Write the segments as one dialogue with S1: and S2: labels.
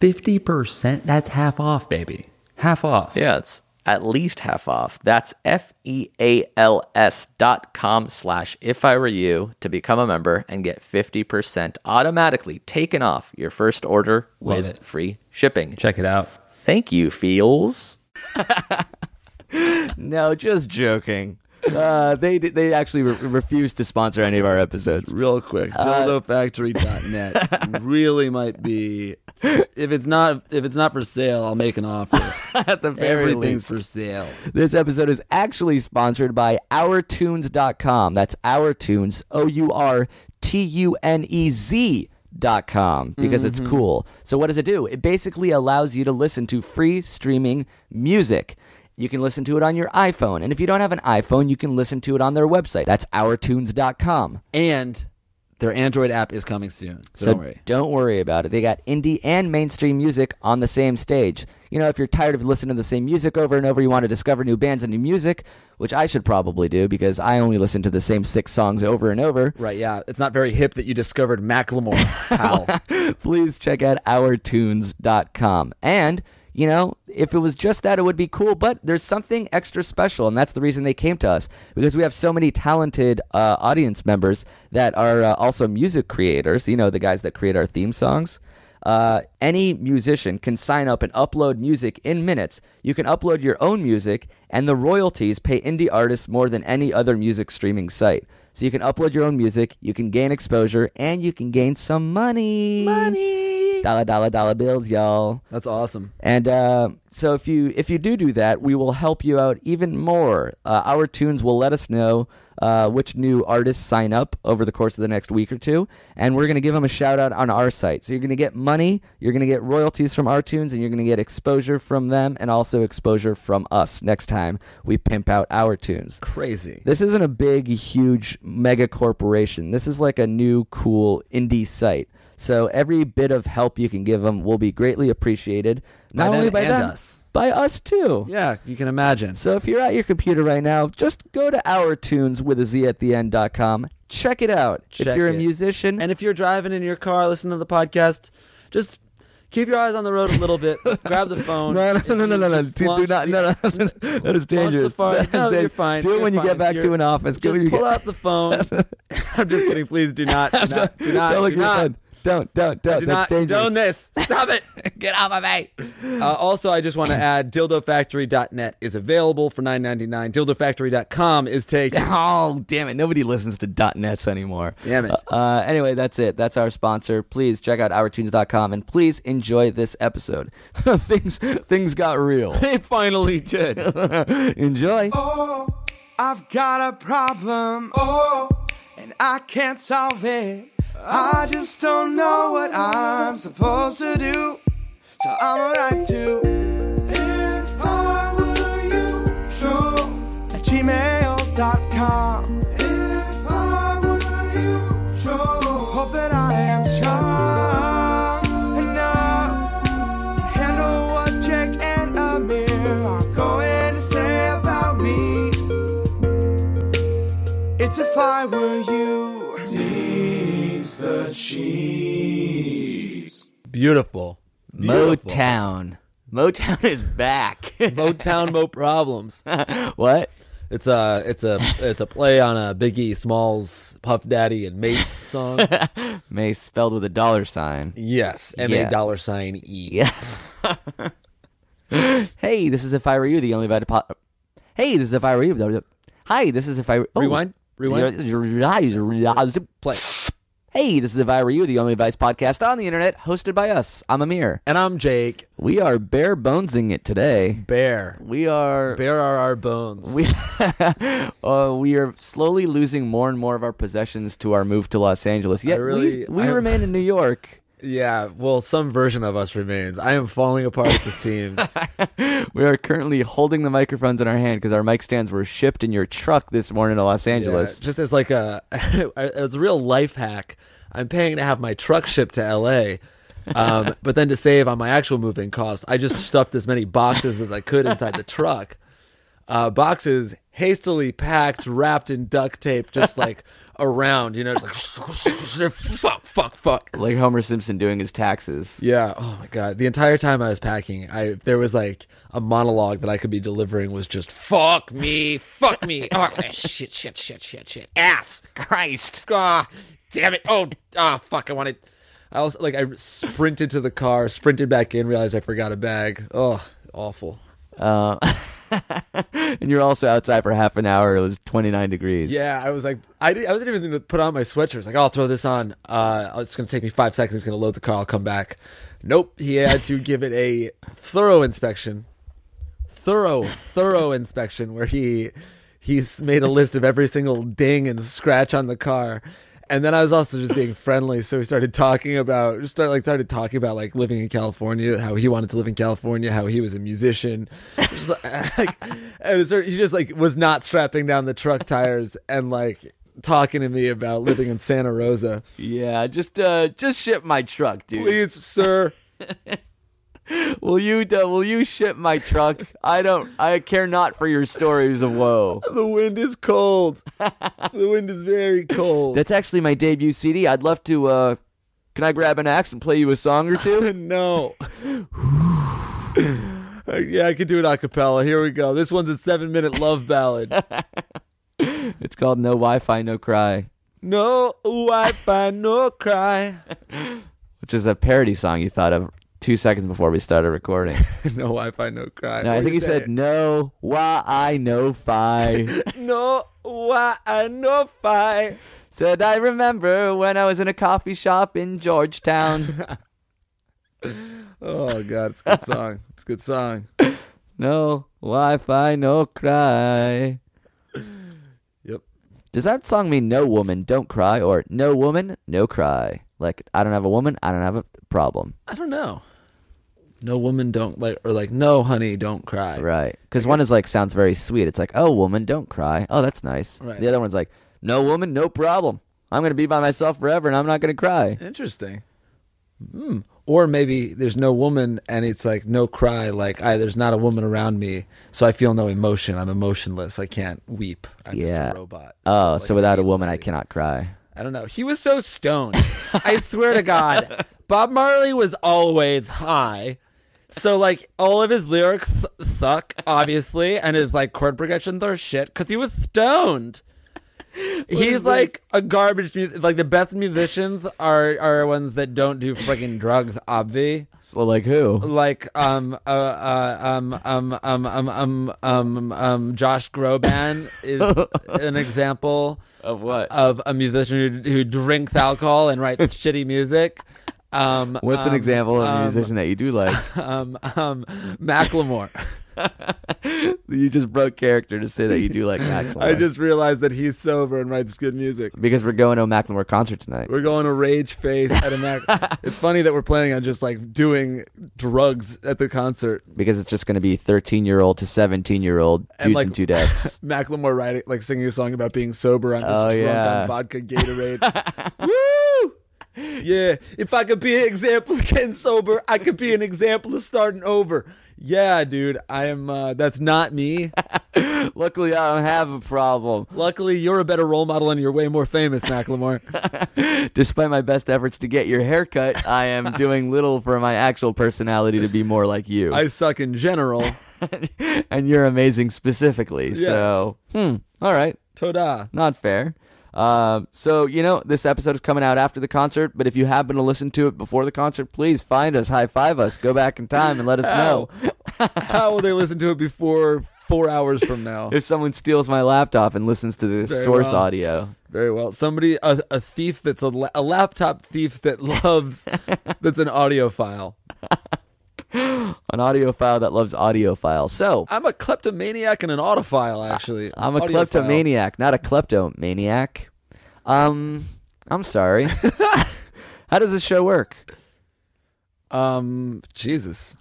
S1: 50%, that's half off, baby. Half off.
S2: Yeah, it's at least half off. That's F E A L S dot com slash if I were you to become a member and get 50% automatically taken off your first order
S1: Love
S2: with
S1: it.
S2: free shipping.
S1: Check it out.
S2: Thank you, Feels.
S3: No, just joking. Uh, they they actually re- refuse to sponsor any of our episodes.
S4: real quick dildofactory.net really might be if it's not if it's not for sale i'll make an offer
S3: At the very
S4: everything's
S3: least,
S4: for sale
S3: this episode is actually sponsored by OurTunes.com. That's OurTunes, O U R T U N E Z. Dot com because it's cool. So, what does it do? It basically allows you to listen to free streaming music. You can listen to it on your iPhone. And if you don't have an iPhone, you can listen to it on their website. That's OurTunes.com.
S4: and their android app is coming soon so, don't worry
S3: worry about it. They got indie and mainstream music on the same stage. You know, if you're tired of listening to the same music over and over, you want to discover new bands and new music, which I should probably do because I only listen to the same six songs over and over.
S4: right yeah it's not very hip that you discovered macklemore pal
S3: Please check out ourtunes.com. And, you know, if it was just that, it would be cool, but there's something extra special, and that's the reason they came to us because we have so many talented uh, audience members that are uh, also music creators, you know, the guys that create our theme songs. Uh, any musician can sign up and upload music in minutes. You can upload your own music, and the royalties pay indie artists more than any other music streaming site. So you can upload your own music, you can gain exposure, and you can gain some money. Money. Dollar, dollar, dollar bills, y'all.
S4: that's awesome
S3: And uh, so if you if you do do that, we will help you out even more. Uh, our tunes will let us know uh, which new artists sign up over the course of the next week or two, and we're going to give them a shout out on our site. So you're going to get money, you're going to get royalties from our tunes, and you're going to get exposure from them, and also exposure from us next time we pimp out our tunes.
S4: crazy
S3: This isn't a big, huge mega corporation. This is like a new, cool indie site. So every bit of help you can give them will be greatly appreciated. Not
S4: them
S3: only by
S4: and
S3: them,
S4: us.
S3: by us too.
S4: yeah you can imagine
S3: So if you're at your computer right now, just go to our tunes with a z at the end dot com. Check it out. if
S4: Check
S3: you're a
S4: it.
S3: musician,
S4: And if you're driving in your car listening to the podcast, just keep your eyes on the road a little bit. grab the phone.
S3: No, no,
S4: If
S3: no, no,
S4: you
S3: no, no, no.
S4: just
S3: Do, do
S4: launch
S3: not,
S4: the-
S3: no, no, no. That is dangerous. That
S4: Launch the fart.
S3: is
S4: No, you're
S3: dangerous.
S4: fine.
S3: Do it
S4: You're
S3: when you
S4: fine.
S3: get back to
S4: You're-
S3: an office. Do it
S4: Just
S3: when you
S4: pull
S3: get-
S4: out the phone. I'm just kidding. Please do not. Do not. Do not.
S3: Don't look at your
S4: do not.
S3: phone. Don't, don't, don't.
S4: Do
S3: That's
S4: not
S3: dangerous.
S4: condone this. Stop it.
S2: Get off of me.
S4: Uh, also, I just want to add dildofactory.net is available for $9.99. Dildofactory.com is taken.
S3: Oh, damn it. Nobody listens to .nets anymore.
S4: Damn it.
S3: Uh, anyway, that's it. That's our sponsor. Please check out ourtunes.com and please enjoy this episode. things things got real.
S4: They finally did.
S3: enjoy.
S5: Oh, I've got a problem. Oh, and I can't solve it. I just don't know what I'm supposed to do. So I'm alright to. If I were you, show at gmail.com. If I were you, show. Hope that I am strong enough handle what Jack and Amir are going to say about me. It's if I were you. Sneaks the cheese.
S4: Beautiful. Beautiful.
S3: Motown.
S2: Motown is back.
S4: Motown Mo Problems.
S3: What?
S4: It's a it's a it's a play on a Biggie Smalls, Puff Daddy, and Mace song.
S3: May spelled with a dollar sign.
S4: Yes, M
S3: Yeah.
S4: A dollar sign E.
S3: Yeah. hey, this is if I were you, the only invited pot. Hey, this is if I were you. Hi, this is if I. Oh.
S4: Rewind, rewind.
S3: Play. Hey, this is if I were you, the only advice podcast on the internet, hosted by us. I'm Amir.
S4: And I'm Jake.
S3: We are bare bonesing it today.
S4: Bear.
S3: We are
S4: Bear are our bones.
S3: we uh, we are slowly losing more and more of our possessions to our move to Los Angeles. Yet we,
S4: really-
S3: we
S4: I-
S3: remain in New York.
S4: yeah, well, some version of us remains. I am falling apart at the seams.
S3: We are currently holding the microphones in our hand because our mic stands were shipped in your truck this morning to Los
S4: Yeah,
S3: Angeles.
S4: just as like a as a real life hack, I'm paying to have my truck shipped to L.A. Um, but then to save on my actual moving costs, I just stuffed as many boxes as I could inside the truck. Uh, boxes hastily packed, wrapped in duct tape, just like around, you know, just like fuck, fuck, fuck.
S3: Like Homer Simpson doing his taxes.
S4: Yeah. Oh my god. The entire time I was packing, I there was like a monologue that I could be delivering was just fuck me, fuck me, oh, shit, shit, shit, shit, shit, ass, Christ, ah, damn it, oh, ah, fuck, I wanted. I also like I sprinted to the car, sprinted back in, realized I forgot a bag. Oh, awful.
S3: Uh, and you're also outside for half an hour. It was 29 degrees.
S4: Yeah, I was like, I, didn't, I wasn't even going to put on my sweatshirt. I was like, "Oh, I'll throw this on. Uh, it's going to take me five seconds. It's going to load the car. I'll come back. Nope. He had to give it a thorough inspection. Thorough, thorough inspection where he he's made a list of every single ding and scratch on the car. And then I was also just being friendly, so we started talking about just started like started talking about like living in California, how he wanted to live in California, how he was a musician. Just like, and it's sort of- he just like was not strapping down the truck tires and like talking to me about living in Santa Rosa.
S3: Yeah, just uh, just ship my truck, dude.
S4: Please, sir.
S3: Will you uh, will you ship my truck? I don't I care not for your stories of woe.
S4: The wind is cold. The wind is very cold.
S3: That's actually my debut CD. I'd love to uh can I grab an axe and play you a song or two?
S4: no. Uh, yeah, I could do it a cappella. Here we go. This one's a seven minute love ballad.
S3: it's called No Wi-Fi No Cry,
S4: No Wi Fi, no cry.
S3: which is a parody song you thought of 2 seconds before we started recording.
S4: No Wi Fi, no cry.
S3: No, I
S4: Way
S3: think
S4: to
S3: he
S4: say
S3: said
S4: it.
S3: no why I no fi.
S4: No Wi Fi, no fi.
S3: said I remember when I was in a coffee shop in Georgetown.
S4: Oh, God. It's a good song. It's a good song.
S3: no Wi-Fi No Cry.
S4: Yep.
S3: Does that song mean no woman, don't cry, or no woman, no cry? Like I don't have a woman, I don't have a problem,
S4: I don't know. No woman don't like or like no honey don't cry.
S3: right? Because one is like sounds very sweet. It's like oh woman, don't cry. Oh that's nice.
S4: Right.
S3: The other one's like no woman, no problem. I'm gonna be by myself forever, and I'm not gonna cry.
S4: Interesting. Hmm. Or maybe there's no woman and it's like no cry like I there's not a woman around me so I feel no emotion. I'm emotionless. I can't weep. I'm
S3: Yeah.
S4: just a robot.
S3: Oh,
S4: like,
S3: so without a
S4: feel
S3: woman, I
S4: nothing.
S3: cannot cry.
S4: I don't know. He was so stoned. I swear to God, Bob Marley was always high. So like all of his lyrics suck, obviously, and his like chord progressions are shit because he was stoned. He's like a garbage. Mu- like the best musicians are are ones that don't do freaking drugs, obvi.
S3: So like who?
S4: Like um uh, uh um um um um um um um Josh Groban is an example
S3: Of what?
S4: of a musician who, who drinks alcohol and writes shitty music. Um,
S3: What's an
S4: um,
S3: example of a
S4: um,
S3: musician that you do like?
S4: Um, um, Macklemore.
S3: you just broke character to say that you do like Macklemore.
S4: I just realized that he's sober and writes good music.
S3: because we're going to a Macklemore concert tonight.
S4: We're going to rage face at a Mac. it's funny that we're planning on just like doing drugs at the concert.
S3: because it's just going to be 13 year old to 17 year old dudes
S4: And, like-
S3: and dudettes.
S4: Macklemore writing like singing a song about being sober. I'm just
S3: Oh,
S4: drunk
S3: yeah.
S4: on vodka Gatorade. Woo! Yeah, if I could be an example of getting sober, I could be an example of starting over. Yeah, dude, I am. Uh, that's not me.
S3: Luckily, I don't have a problem.
S4: Luckily, you're a better role model and you're way more famous, Macklemore.
S3: Despite my best efforts to get your haircut, I am doing little for my actual personality to be more like you.
S4: I suck in general.
S3: and you're amazing specifically. So, hmm. All right.
S4: Toda.
S3: Not fair. Um, so, you know, this episode is coming out after the concert, but if you happen to listen to it before the concert, please find us, high five us, go back in time and let us know.
S4: How will they listen to it before four hours from now?
S3: If someone steals my laptop and listens to the
S4: Very
S3: source
S4: well.
S3: audio,
S4: Very well. Somebody, a, a thief that's a, la- a laptop thief that loves, that's an audiophile.
S3: an audiophile that loves audiophile. So,
S4: I'm a kleptomaniac and an autophile, actually.
S3: I'm a
S4: Audiophile.
S3: kleptomaniac, not a kleptomaniac. Um, I'm sorry. How does this show work?
S4: Um, Jesus.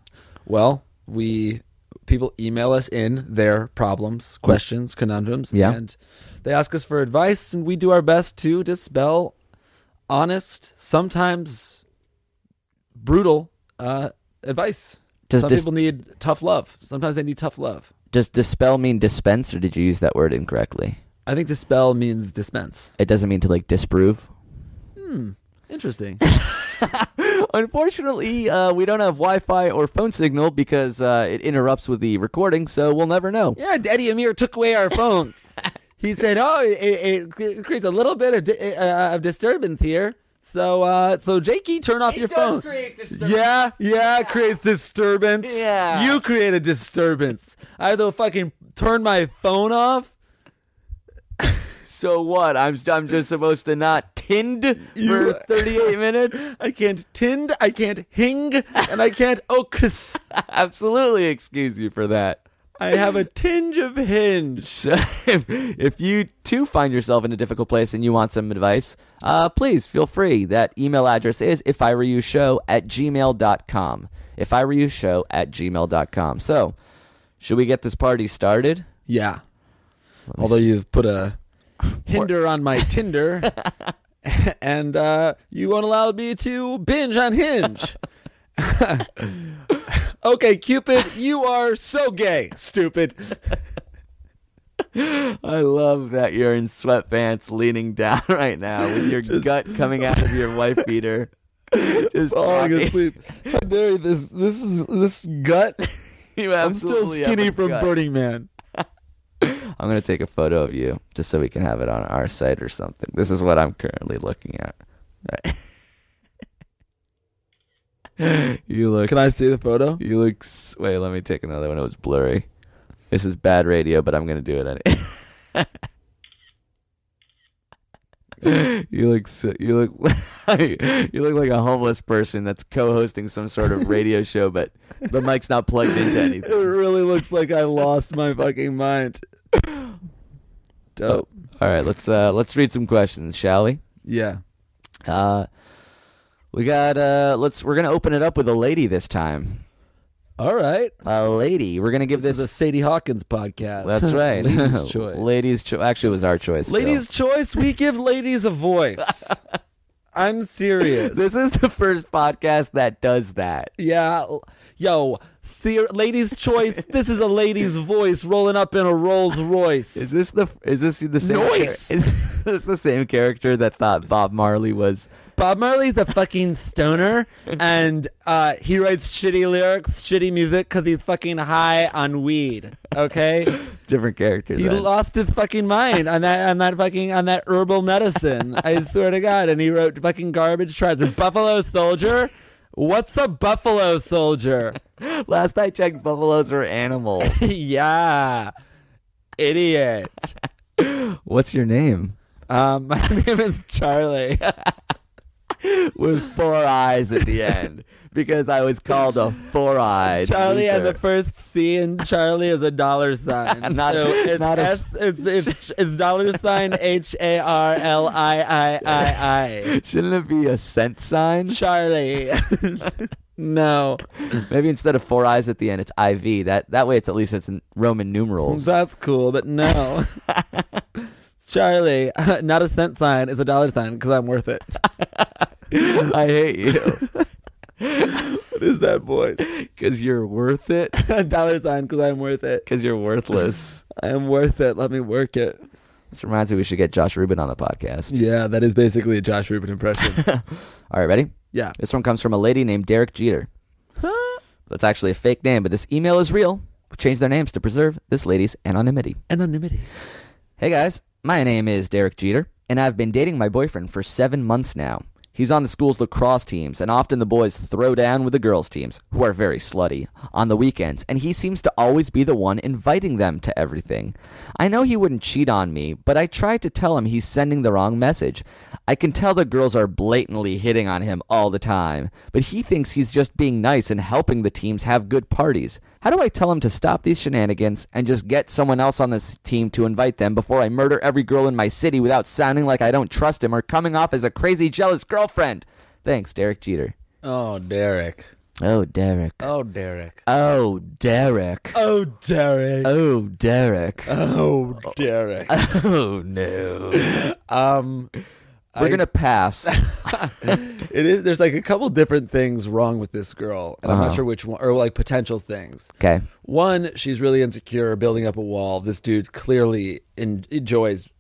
S4: Well, we people email us in their problems, questions, conundrums,
S3: Yeah.
S4: and they ask us for advice, and we do our best to dispel honest, sometimes brutal uh, advice.
S3: Does
S4: Some
S3: dis-
S4: people need tough love. Sometimes they need tough love.
S3: Does dispel mean dispense, or did you use that word incorrectly?
S4: I think dispel means dispense.
S3: It doesn't mean to like disprove.
S4: Interesting.
S3: Unfortunately, uh, we don't have Wi-Fi or phone signal because uh, it interrupts with the recording, so we'll never know.
S4: yeah, Daddy Amir took away our phones. he said, "Oh, it, it, it creates a little bit of, di- uh, of disturbance here." So, uh, so Jakey, turn off your phone. yeah, yeah, it creates disturbance.
S3: Yeah.
S4: you create a disturbance. I have to fucking turn my phone off.
S3: So what? I'm I'm just supposed to not tind for 38 minutes?
S4: I can't tind. I can't hing, and I can't okus.
S3: Absolutely, excuse me for that.
S4: I have a tinge of hinge.
S3: So if, if you too find yourself in a difficult place and you want some advice, uh, please feel free. That email address is if I were you show at gmail.com. If I were you show at gmail.com. So should we get this party started?
S4: Yeah. Although you've put a hinder on my Tinder, and uh, you won't allow me to binge on Hinge. okay, Cupid, you are so gay, stupid.
S3: I love that you're in sweatpants leaning down right now with your gut coming out of your wife beater. Just
S4: Falling
S3: talking.
S4: asleep. How dare you, this? This is this gut.
S3: You
S4: I'm still
S3: absolutely have
S4: skinny
S3: a
S4: from
S3: gut.
S4: Burning Man.
S3: I'm gonna take a photo of you just so we can have it on our site or something. This is what I'm currently looking at. Alright. you look.
S4: Can I see the photo?
S3: You look. s- Wait, let me take another one. It was blurry. This is bad radio, but I'm gonna do it anyway. you look. So, you look. you look like a homeless person that's co-hosting some sort of radio show, but the mic's not plugged into
S4: It
S3: anything.
S4: really looks like I lost my fucking mind. Dope.
S3: All right, let's uh, let's read some questions, shall we?
S4: Yeah.
S3: Uh, we got uh, let's we're gonna open it up with a lady this time.
S4: All right.
S3: A lady. We're gonna give
S4: This
S3: this.
S4: is a Sadie Hawkins podcast.
S3: that's right.
S4: Ladies' choice.
S3: Ladies' cho- Actually, it was our choice. still.
S4: Ladies' choice. We give ladies a voice. I'm serious.
S3: This is the first podcast that does that.
S4: Yeah, l- yo, ser- ladies' choice. This is a lady's voice rolling up in a Rolls Royce.
S3: Is this the is this the same
S4: Noise!
S3: char- is this the same character that thought Bob Marley was
S4: Bob Marley's a fucking stoner, and uh, he writes shitty lyrics, shitty music, because he's fucking high on weed. Okay.
S3: different character?
S4: He
S3: then?
S4: lost his fucking mind on that on that fucking on that herbal medicine. I swear to God. And he wrote fucking garbage trash. Buffalo Soldier. What's a Buffalo Soldier?
S3: Last I checked, buffaloes were animals.
S4: yeah, idiot.
S3: What's your name?
S4: Um, my name is Charlie.
S3: With four eyes at the end, because I was called a four-eyed.
S4: Charlie and the
S3: loser.
S4: first C in Charlie is a dollar sign.
S3: Not-
S4: so it's
S3: not a
S4: S,
S3: s-
S4: it's, it's, it's dollar sign H A R L I I I I.
S3: Shouldn't it be a cent sign?
S4: Charlie. no,
S3: Maybe instead of four eyes at the end, it's IV. That that way, it's at least it's in Roman numerals.
S4: that's cool, but no. Charlie, not a cent sign. It's a dollar sign because I'm worth it.
S3: I hate you.
S4: What is that voice?
S3: Because you're worth it.
S4: Dollar sign, because I'm worth it.
S3: Because you're worthless.
S4: I am worth it. Let me work it.
S3: this reminds me we should get Josh Rubin on the podcast.
S4: Yeah, that is basically a Josh Rubin impression.
S3: All right, ready?
S4: yeah.
S3: This one comes from a lady named Derek Jeter. That's actually a fake name, but this email is real. We changed their names to preserve this lady's anonymity.
S4: Anonymity.
S3: Hey guys, my name is Derek Jeter, and I've been dating my boyfriend for seven months now. He's on the school's lacrosse teams, and often the boys throw down with the girls' teams, who are very slutty, on the weekends, and he seems to always be the one inviting them to everything. I know he wouldn't cheat on me, but I tried to tell him he's sending the wrong message. I can tell the girls are blatantly hitting on him all the time, but he thinks he's just being nice and helping the teams have good parties. How do I tell him to stop these shenanigans and just get someone else on this team to invite them before I murder every girl in my city without sounding like I don't trust him or coming off as a crazy, jealous girlfriend? Thanks, Derek Jeter.
S4: Oh, Derek.
S3: Oh, Derek.
S4: Oh, Derek.
S3: Oh, Derek.
S4: Oh, Derek.
S3: Oh, Derek.
S4: Oh, Derek.
S3: Oh, no.
S4: Um,
S3: We're going to pass.
S4: it is. There's like a couple different things wrong with this girl, and I'm
S3: Uh-huh.
S4: not sure which one, or like potential things.
S3: Okay.
S4: One, she's really insecure, building up a wall. This dude clearly en- enjoys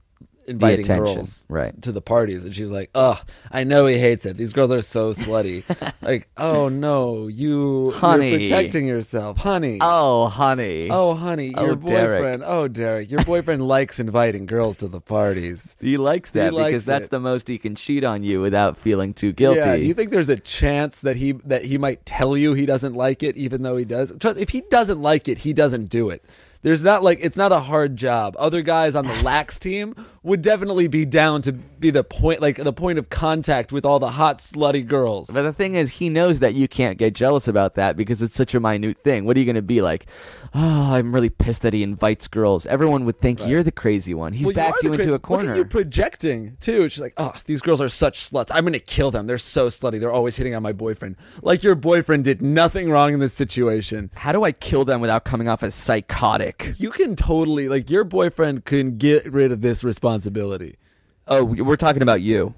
S4: inviting
S3: attention,
S4: girls
S3: right.
S4: to the parties, and she's like, "Ugh, I know he hates it. These girls are so slutty." like, oh no, you,
S2: Honey.
S4: you're protecting yourself, honey.
S2: Oh, honey.
S4: Oh, honey, your
S2: Oh, Derek.
S4: boyfriend. Oh, Derek, your boyfriend likes inviting girls to the parties.
S2: He likes that
S4: likes
S2: because that's
S4: it.
S2: the most he can cheat on you without feeling too guilty.
S4: Yeah, do you think there's a chance that he that he might tell you he doesn't like it, even though he does? Trust, if he doesn't like it, he doesn't do it. There's not like it's not a hard job. Other guys on the lax team would definitely be down to be the point, like the point of contact with all the hot slutty girls.
S2: But the thing is, he knows that you can't get jealous about that because it's such a minute thing. What are you going to be like? Oh, I'm really pissed that he invites girls. Everyone would think you're the crazy one. He's
S4: Well,
S2: backed you,
S4: are the
S2: into a
S4: cra- Look at you
S2: corner.
S4: projecting too. She's like, "Oh, these girls are such sluts. I'm gonna kill them. They're so slutty. They're always hitting on my boyfriend. Like your boyfriend did nothing wrong in this situation.
S2: How do I kill them without coming off as psychotic?
S4: You can totally like your boyfriend can get rid of this responsibility.
S2: Oh, we're talking about you.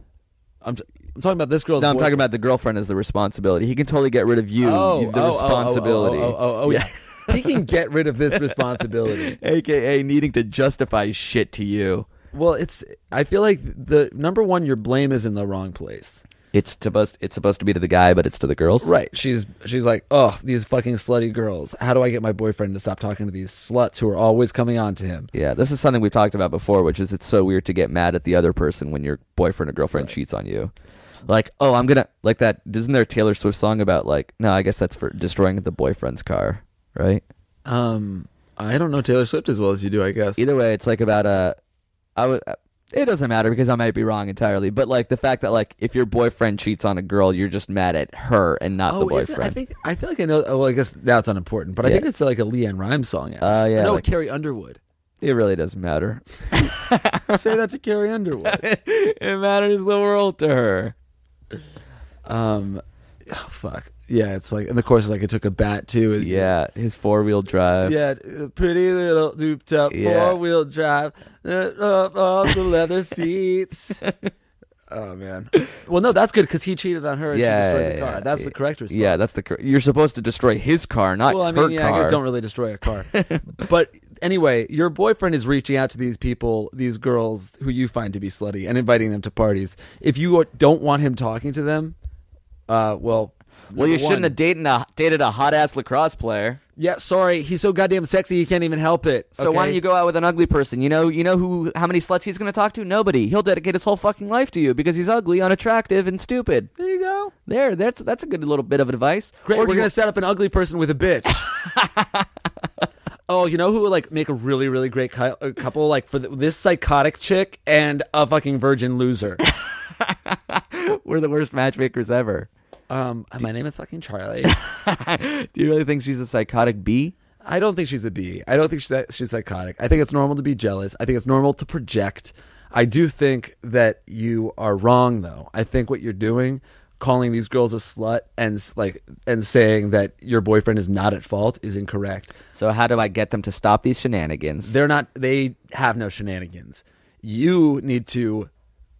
S4: I'm, t- I'm talking about this girl's.
S2: No, I'm
S4: boy-
S2: talking about the girlfriend as the responsibility. He can totally get rid of you,
S4: oh,
S2: the
S4: oh, oh,
S2: responsibility.
S4: Oh, oh, oh, oh, oh, yeah. he can get rid of this responsibility.
S2: AKA needing to justify shit to you.
S4: Well, it's. I feel like the number one, your blame is in the wrong place.
S2: It's supposed it's supposed to be to the guy, but it's to the girls.
S4: Right. She's she's like, oh, these fucking slutty girls. How do I get my boyfriend to stop talking to these sluts who are always coming on to him?
S2: Yeah, this is something we've talked about before, which is it's so weird to get mad at the other person when your boyfriend or girlfriend cheats on you. Like, oh, I'm gonna like that. Isn't there a Taylor Swift song about like? No, I guess that's for destroying the boyfriend's car, right?
S4: Um, I don't know Taylor Swift as well as you do. I guess.
S2: Either way, it's like about a. I would. uh, It doesn't matter because I might be wrong entirely, but like the fact that like if your boyfriend cheats on a girl, you're just mad at her and not the
S4: Oh, isn't-
S2: boyfriend.
S4: I think I feel like I know. Oh, well, I guess that's unimportant, but I
S2: Yeah.
S4: think it's like a Leanne Rhymes song. actually.
S2: Uh, yeah,
S4: no,
S2: like-
S4: Carrie Underwood.
S2: it really doesn't matter.
S4: Say that to Carrie Underwood.
S2: it matters the world to her.
S4: Um, oh, fuck. Yeah, it's like, and the chorus is like, it took a bat too. and-
S2: Yeah, his four wheel drive.
S4: Yeah, uh, pretty little duped up
S2: Yeah.
S4: four wheel drive, uh, up all the leather seats. oh man. Well, no, that's good because he cheated on her and she destroyed the car. that's the correct response.
S2: Yeah, that's the cor- you're supposed to destroy his car, not
S4: Well, I
S2: her
S4: mean, yeah,
S2: car.
S4: I guess don't really destroy a car. but anyway, your boyfriend is reaching out to these people, these girls who you find to be slutty, and inviting them to parties. If you don't want him talking to them, uh, well,
S2: well, you
S4: number
S2: shouldn't
S4: one-
S2: have dated a dated a hot ass lacrosse player.
S4: Yeah, sorry. He's so goddamn sexy, you can't even help it.
S2: So why don't you go out with an ugly person? You know, you know who how many sluts he's going to talk to? Nobody. He'll dedicate his whole fucking life to you because he's ugly, unattractive, and stupid.
S4: There you go.
S2: There, that's that's a good little bit of advice.
S4: Great.
S2: Or
S4: we're
S2: do you-
S4: gonna set up an ugly person with a bitch. oh, you know who would like make a really, really great cou- uh, couple? Like for the, this psychotic chick and a fucking virgin loser.
S2: we're the worst matchmakers ever.
S4: Um, my name is fucking Charlie.
S2: do you really think she's a psychotic bee?
S4: I don't think she's a B. I don't think she's, she's psychotic. I think it's normal to be jealous. I think it's normal to project. I do think that you are wrong, though. I think what you're doing, calling these girls a slut and s- like and saying that your boyfriend is not at fault, is incorrect.
S2: So how do I get them to stop these shenanigans?
S4: They're not. They have no shenanigans. You need to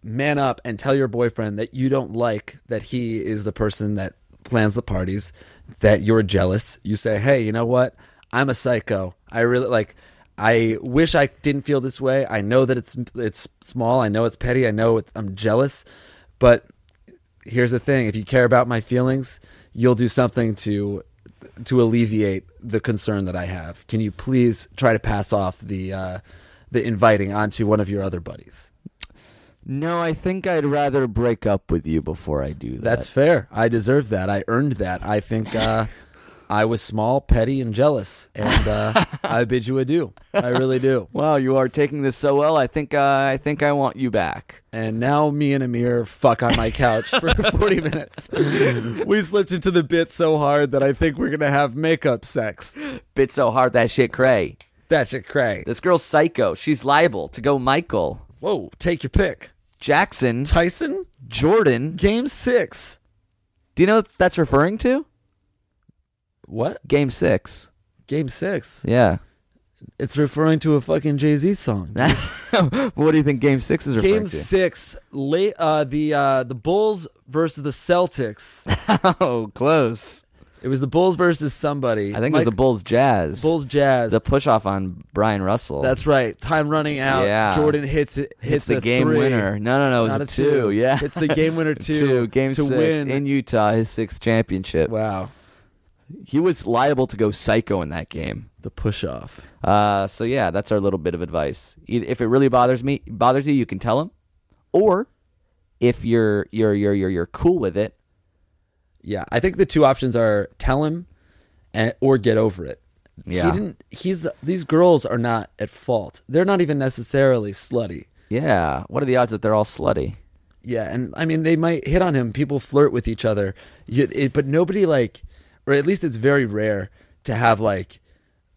S4: man up and tell your boyfriend that you don't like that he is the person that plans the parties that you're jealous. You say, "Hey, you know what? I'm a psycho. I really like. I wish I didn't feel this way. I know that it's it's small. I know it's petty. I know it, I'm jealous, but here's the thing: if you care about my feelings, you'll do something to to alleviate the concern that I have. Can you please try to pass off the uh, the inviting onto one of your other buddies?"
S3: No, I think I'd rather break up with you before I do that.
S4: That's fair. I deserve that. I earned that. I think uh, I was small, petty, and jealous, and uh, I bid you adieu. I really do.
S3: wow. You are taking this so well. I think uh, I think I want you back.
S4: And now me and Amir fuck on my couch for 40 minutes. We slipped into the bit so hard that I think we're gonna have makeup sex.
S3: Bit so hard that shit, cray.
S4: That shit cray.
S3: This girl's psycho. She's liable to go Michael
S4: Whoa, take your pick.
S3: Jackson
S4: Tyson,
S3: Jordan.
S4: game six.
S3: Do you know what that's referring to?
S4: What?
S3: Game six.
S4: Game six.
S3: Yeah.
S4: It's referring to a fucking Jay Z song.
S3: what do you think Game Six is referring
S4: Game six, late, uh, the uh, the Bulls versus the Celtics.
S3: to? Oh, close.
S4: It was the Bulls versus somebody.
S3: I think it was the
S4: Mike-
S3: Bulls Jazz.
S4: Bulls Jazz.
S3: The push off on Brian Russell.
S4: That's right. Time running out.
S3: Yeah.
S4: Jordan hits it. Hits
S3: it's the
S4: a
S3: game
S4: three.
S3: winner. No, no, no. It was
S4: Not
S3: a, two. Yeah.
S4: It's the game winner two.
S3: two. Game
S4: to
S3: six
S4: win.
S3: in Utah, his sixth championship.
S4: wow.
S3: He was liable to go psycho in that game.
S4: The push off.
S3: Uh, so yeah, that's our little bit of advice. E- If it really bothers me, bothers you, you can tell him. Or if you're you're you're you're, you're cool with it,
S4: Yeah. I think the two options are tell him and, or get over it.
S3: Yeah.
S4: He didn't he's these girls are not at fault. They're not even necessarily slutty.
S3: yeah. What are the odds that they're all slutty?
S4: Yeah, and I mean they might hit on him. People flirt with each other, you, it, but nobody like, or at least it's very rare to have like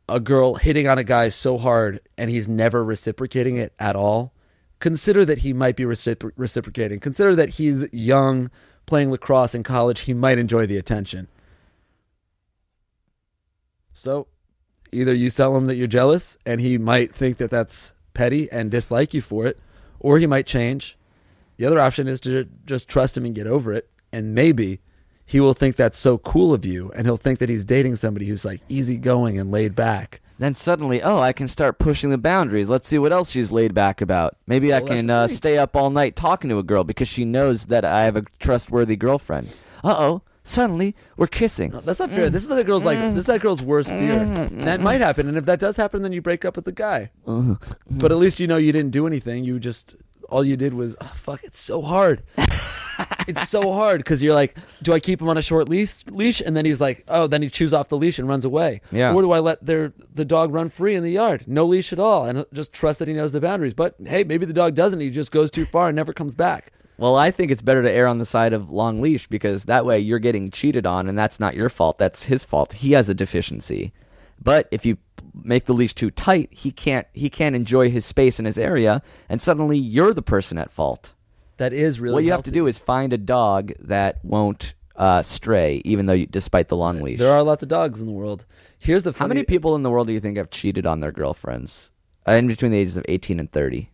S4: a girl hitting on a guy so hard and he's never reciprocating it at all. Consider that he might be recipro- reciprocating. Consider that he's young, playing lacrosse in college. He might enjoy the attention. So, either you sell him that you're jealous and he might think that that's petty and dislike you for it, or he might change the other option is to just trust him and get over it. And maybe he will think that's so cool of you and he'll think that he's dating somebody who's like easygoing and laid back.
S3: Then suddenly, oh, I can start pushing the boundaries. Let's see what else she's laid back about. Maybe I
S4: Well, that's
S3: can
S4: the
S3: uh,
S4: thing.
S3: stay up all night talking to a girl because she knows that I have a trustworthy girlfriend. Uh oh, suddenly we're kissing.
S4: That's not fair. This is that girl's like this is that girl's worst fear. That might happen, and if that does happen, then you break up with the guy. But at least you know you didn't do anything. You just all you did was oh, fuck. It's so hard. it's so hard because you're like, do I keep him on a short leash? Leash, and then he's like, oh, then he chews off the leash and runs away.
S3: Yeah.
S4: Or do I let their the dog run free in the yard, no leash at all, and just trust that he knows the boundaries? But hey, maybe the dog doesn't. He just goes too far and never comes back.
S3: Well, I think it's better to err on the side of long leash because that way you're getting cheated on, and that's not your fault. That's his fault. He has a deficiency. But if you make the leash too tight, he can't he can't enjoy his space in his area, and suddenly you're the person at fault.
S4: That is really
S3: what you have
S4: healthy.
S3: to do is find a dog that won't uh, stray, even though you, despite the long leash.
S4: There are lots of dogs in the world. Here's the
S3: How
S4: funny-
S3: many people in the world do you think have cheated on their girlfriends uh, in between the ages of 18 and 30?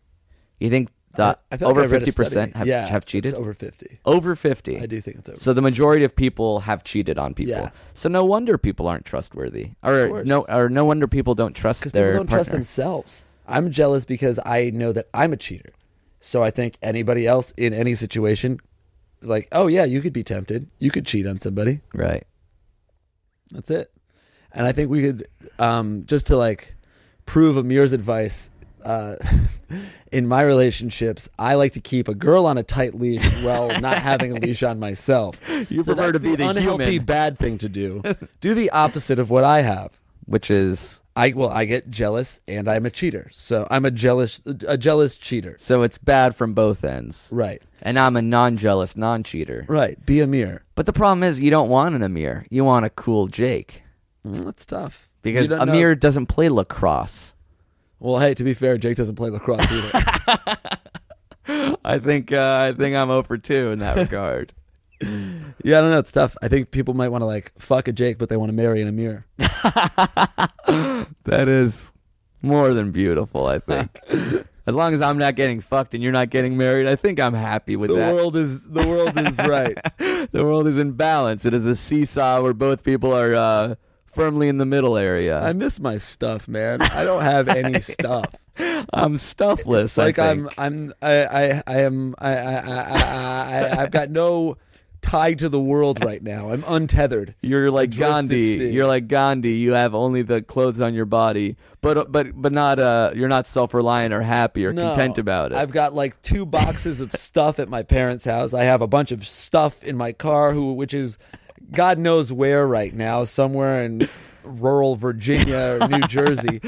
S3: You think that
S4: I feel like
S3: over
S4: I read a
S3: 50%
S4: study.
S3: have,
S4: yeah,
S3: have cheated?
S4: It's over 50.
S3: Over 50.
S4: I do think it's over.
S3: So the majority of people have cheated on people.
S4: Yeah.
S3: So no wonder people aren't trustworthy. Or
S4: course.
S3: no or no wonder people don't trust
S4: Because
S3: their
S4: people don't trust
S3: partner.
S4: themselves. I'm jealous because I know that I'm a cheater. So I think anybody else in any situation, like, oh, yeah, you could be tempted. You could cheat on somebody.
S3: Right.
S4: That's it. And I think we could, um, just to like prove Amir's advice, uh, in my relationships, I like to keep a girl on a tight leash while not having a leash on myself.
S3: You prefer
S4: that's
S3: to be the
S4: unhealthy
S3: human.
S4: bad thing to do. do the opposite of what I have.
S3: Which is
S4: I well, I get jealous, and I'm a cheater. So I'm a jealous, a jealous cheater.
S3: so it's bad from both ends.
S4: Right,
S3: And I'm a non-jealous non-cheater.
S4: right. Be a mirror.
S3: But the problem is you don't want an Amir. You want a cool Jake
S4: Mm, That's tough
S3: because
S4: You don't know-
S3: Amir doesn't play lacrosse.
S4: Well, hey, to be fair, Jake doesn't play lacrosse either.
S3: I think uh, I think I'm over 2 in that regard.
S4: yeah, I don't know. It's tough. I think people might want to like fuck a Jake, but they want to marry an Amir.
S3: That is more than beautiful, I think. As long as I'm not getting fucked and you're not getting married, I think I'm happy with
S4: The
S3: that.
S4: world is the world is right.
S3: the world is in balance. It is a seesaw where both people are uh, firmly in the middle area.
S4: I miss my stuff, man. I don't have any stuff.
S3: I'm stuffless.
S4: It's like
S3: I
S4: I'm
S3: think.
S4: I'm I I, I am I I, I I I I've got no tie to the world right now. I'm untethered.
S3: You're like
S4: Adrift at
S3: Gandhi.
S4: sea.
S3: You're like Gandhi. You have only the clothes on your body, but but but not. Uh, you're not self reliant or happy or
S4: No.
S3: content about it.
S4: I've got like two boxes of stuff at my parents' house. I have a bunch of stuff in my car, who which is God knows where right now, somewhere in rural Virginia or New Jersey.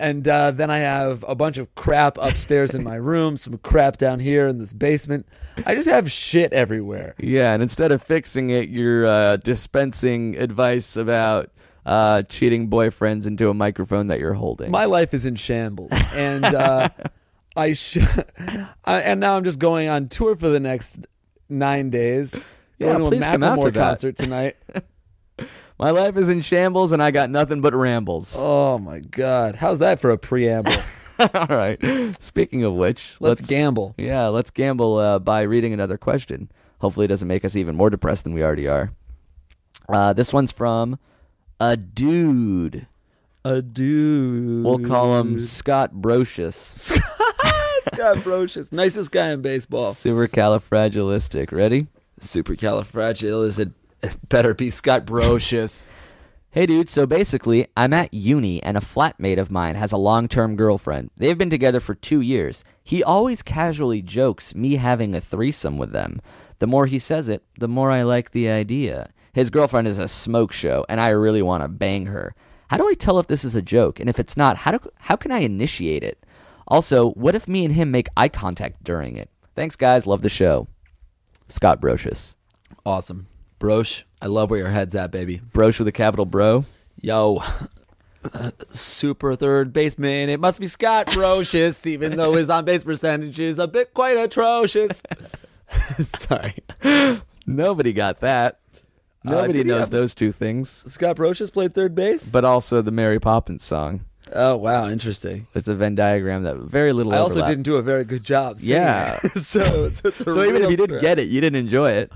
S4: And uh, then I have a bunch of crap upstairs in my room, some crap down here in this basement. I just have shit everywhere.
S3: yeah, and instead of fixing it, you're uh, dispensing advice about uh, cheating boyfriends into a microphone that you're holding.
S4: My life is in shambles, and uh, I, sh- I and now I'm just going on tour for the next nine days.
S3: Yeah,
S4: going to a
S3: please come out to
S4: Macklemore
S3: that.
S4: concert tonight.
S3: My life is in shambles, and I got nothing but rambles.
S4: Oh my God! How's that for a preamble?
S3: All right. Speaking of which,
S4: Oh. Let's gamble.
S3: Yeah, let's gamble uh, by reading another question. Hopefully, it doesn't make us even more depressed than we already are. Uh, this one's from a dude.
S4: A dude.
S3: We'll call him Scott Brocious.
S4: Scott Brocious, nicest guy in baseball.
S3: Supercalifragilistic. Ready?
S4: Supercalifragilistic. Better be Scott Brocious.
S3: Hey, dude. So basically, I'm at uni, and a flatmate of mine has a long term girlfriend. They've been together for two years. He always casually jokes me having a threesome with them. The more he says it, the more I like the idea. His girlfriend is a smoke show, and I really want to bang her. How do I tell if this is a joke? And if it's not, how, do, how can I initiate it? Also, what if me and him make eye contact during it? Thanks, guys. Love the show. Scott Brocious.
S4: awesome, Broch. I love where your head's at, baby.
S3: Broch with a capital bro.
S4: Yo. Super third baseman. It must be Scott Brocious, even though his on base percentage is a bit quite atrocious. Sorry.
S3: Nobody got that. Nobody
S4: did he
S3: knows
S4: have-
S3: those two things.
S4: Scott Brocious played third base?
S3: But also the Mary Poppins song.
S4: oh, wow. Interesting.
S3: It's a Venn diagram that very little.
S4: I also
S3: overlap.
S4: didn't do a very good job. singing
S3: Yeah.
S4: it. so, so it's a
S3: So even if
S4: real
S3: you didn't
S4: stretch.
S3: get it, you didn't enjoy it.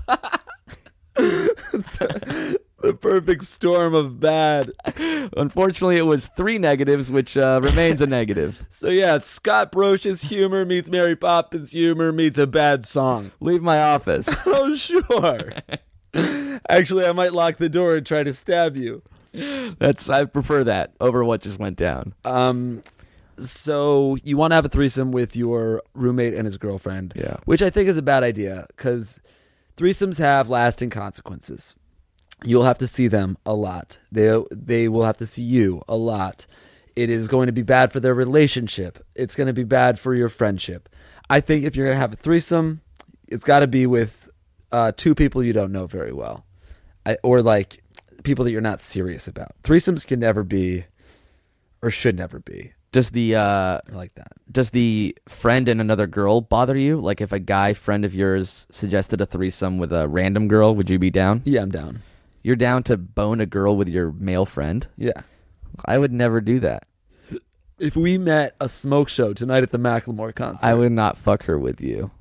S4: the perfect storm of bad.
S3: Unfortunately, it was three negatives, which uh, remains a negative.
S4: So yeah, it's Scott Broch's humor meets Mary Poppins humor meets a bad song.
S3: Leave my office.
S4: Oh sure. Actually, I might lock the door and try to stab you.
S3: That's I prefer that over what just went down.
S4: Um, so you want to have a threesome with your roommate and his girlfriend,
S3: Yeah.
S4: which I think is a bad idea because threesomes have lasting consequences. You'll have to see them a lot. They they will have to see you a lot. It is going to be bad for their relationship. It's going to be bad for your friendship. I think if you're going to have a threesome, it's got to be with uh, two people you don't know very well, I, or like people that you're not serious about. Threesomes can never be, or should never be.
S3: Does the uh,
S4: I like that.
S3: does the friend and another girl bother you? Like if a guy friend of yours suggested a threesome with a random girl, would you be down?
S4: Yeah, I'm down.
S3: You're down to bone a girl with your male friend?
S4: Yeah.
S3: I would never do that.
S4: If we met a smoke show tonight at the Macklemore concert,
S3: I would not fuck her with you.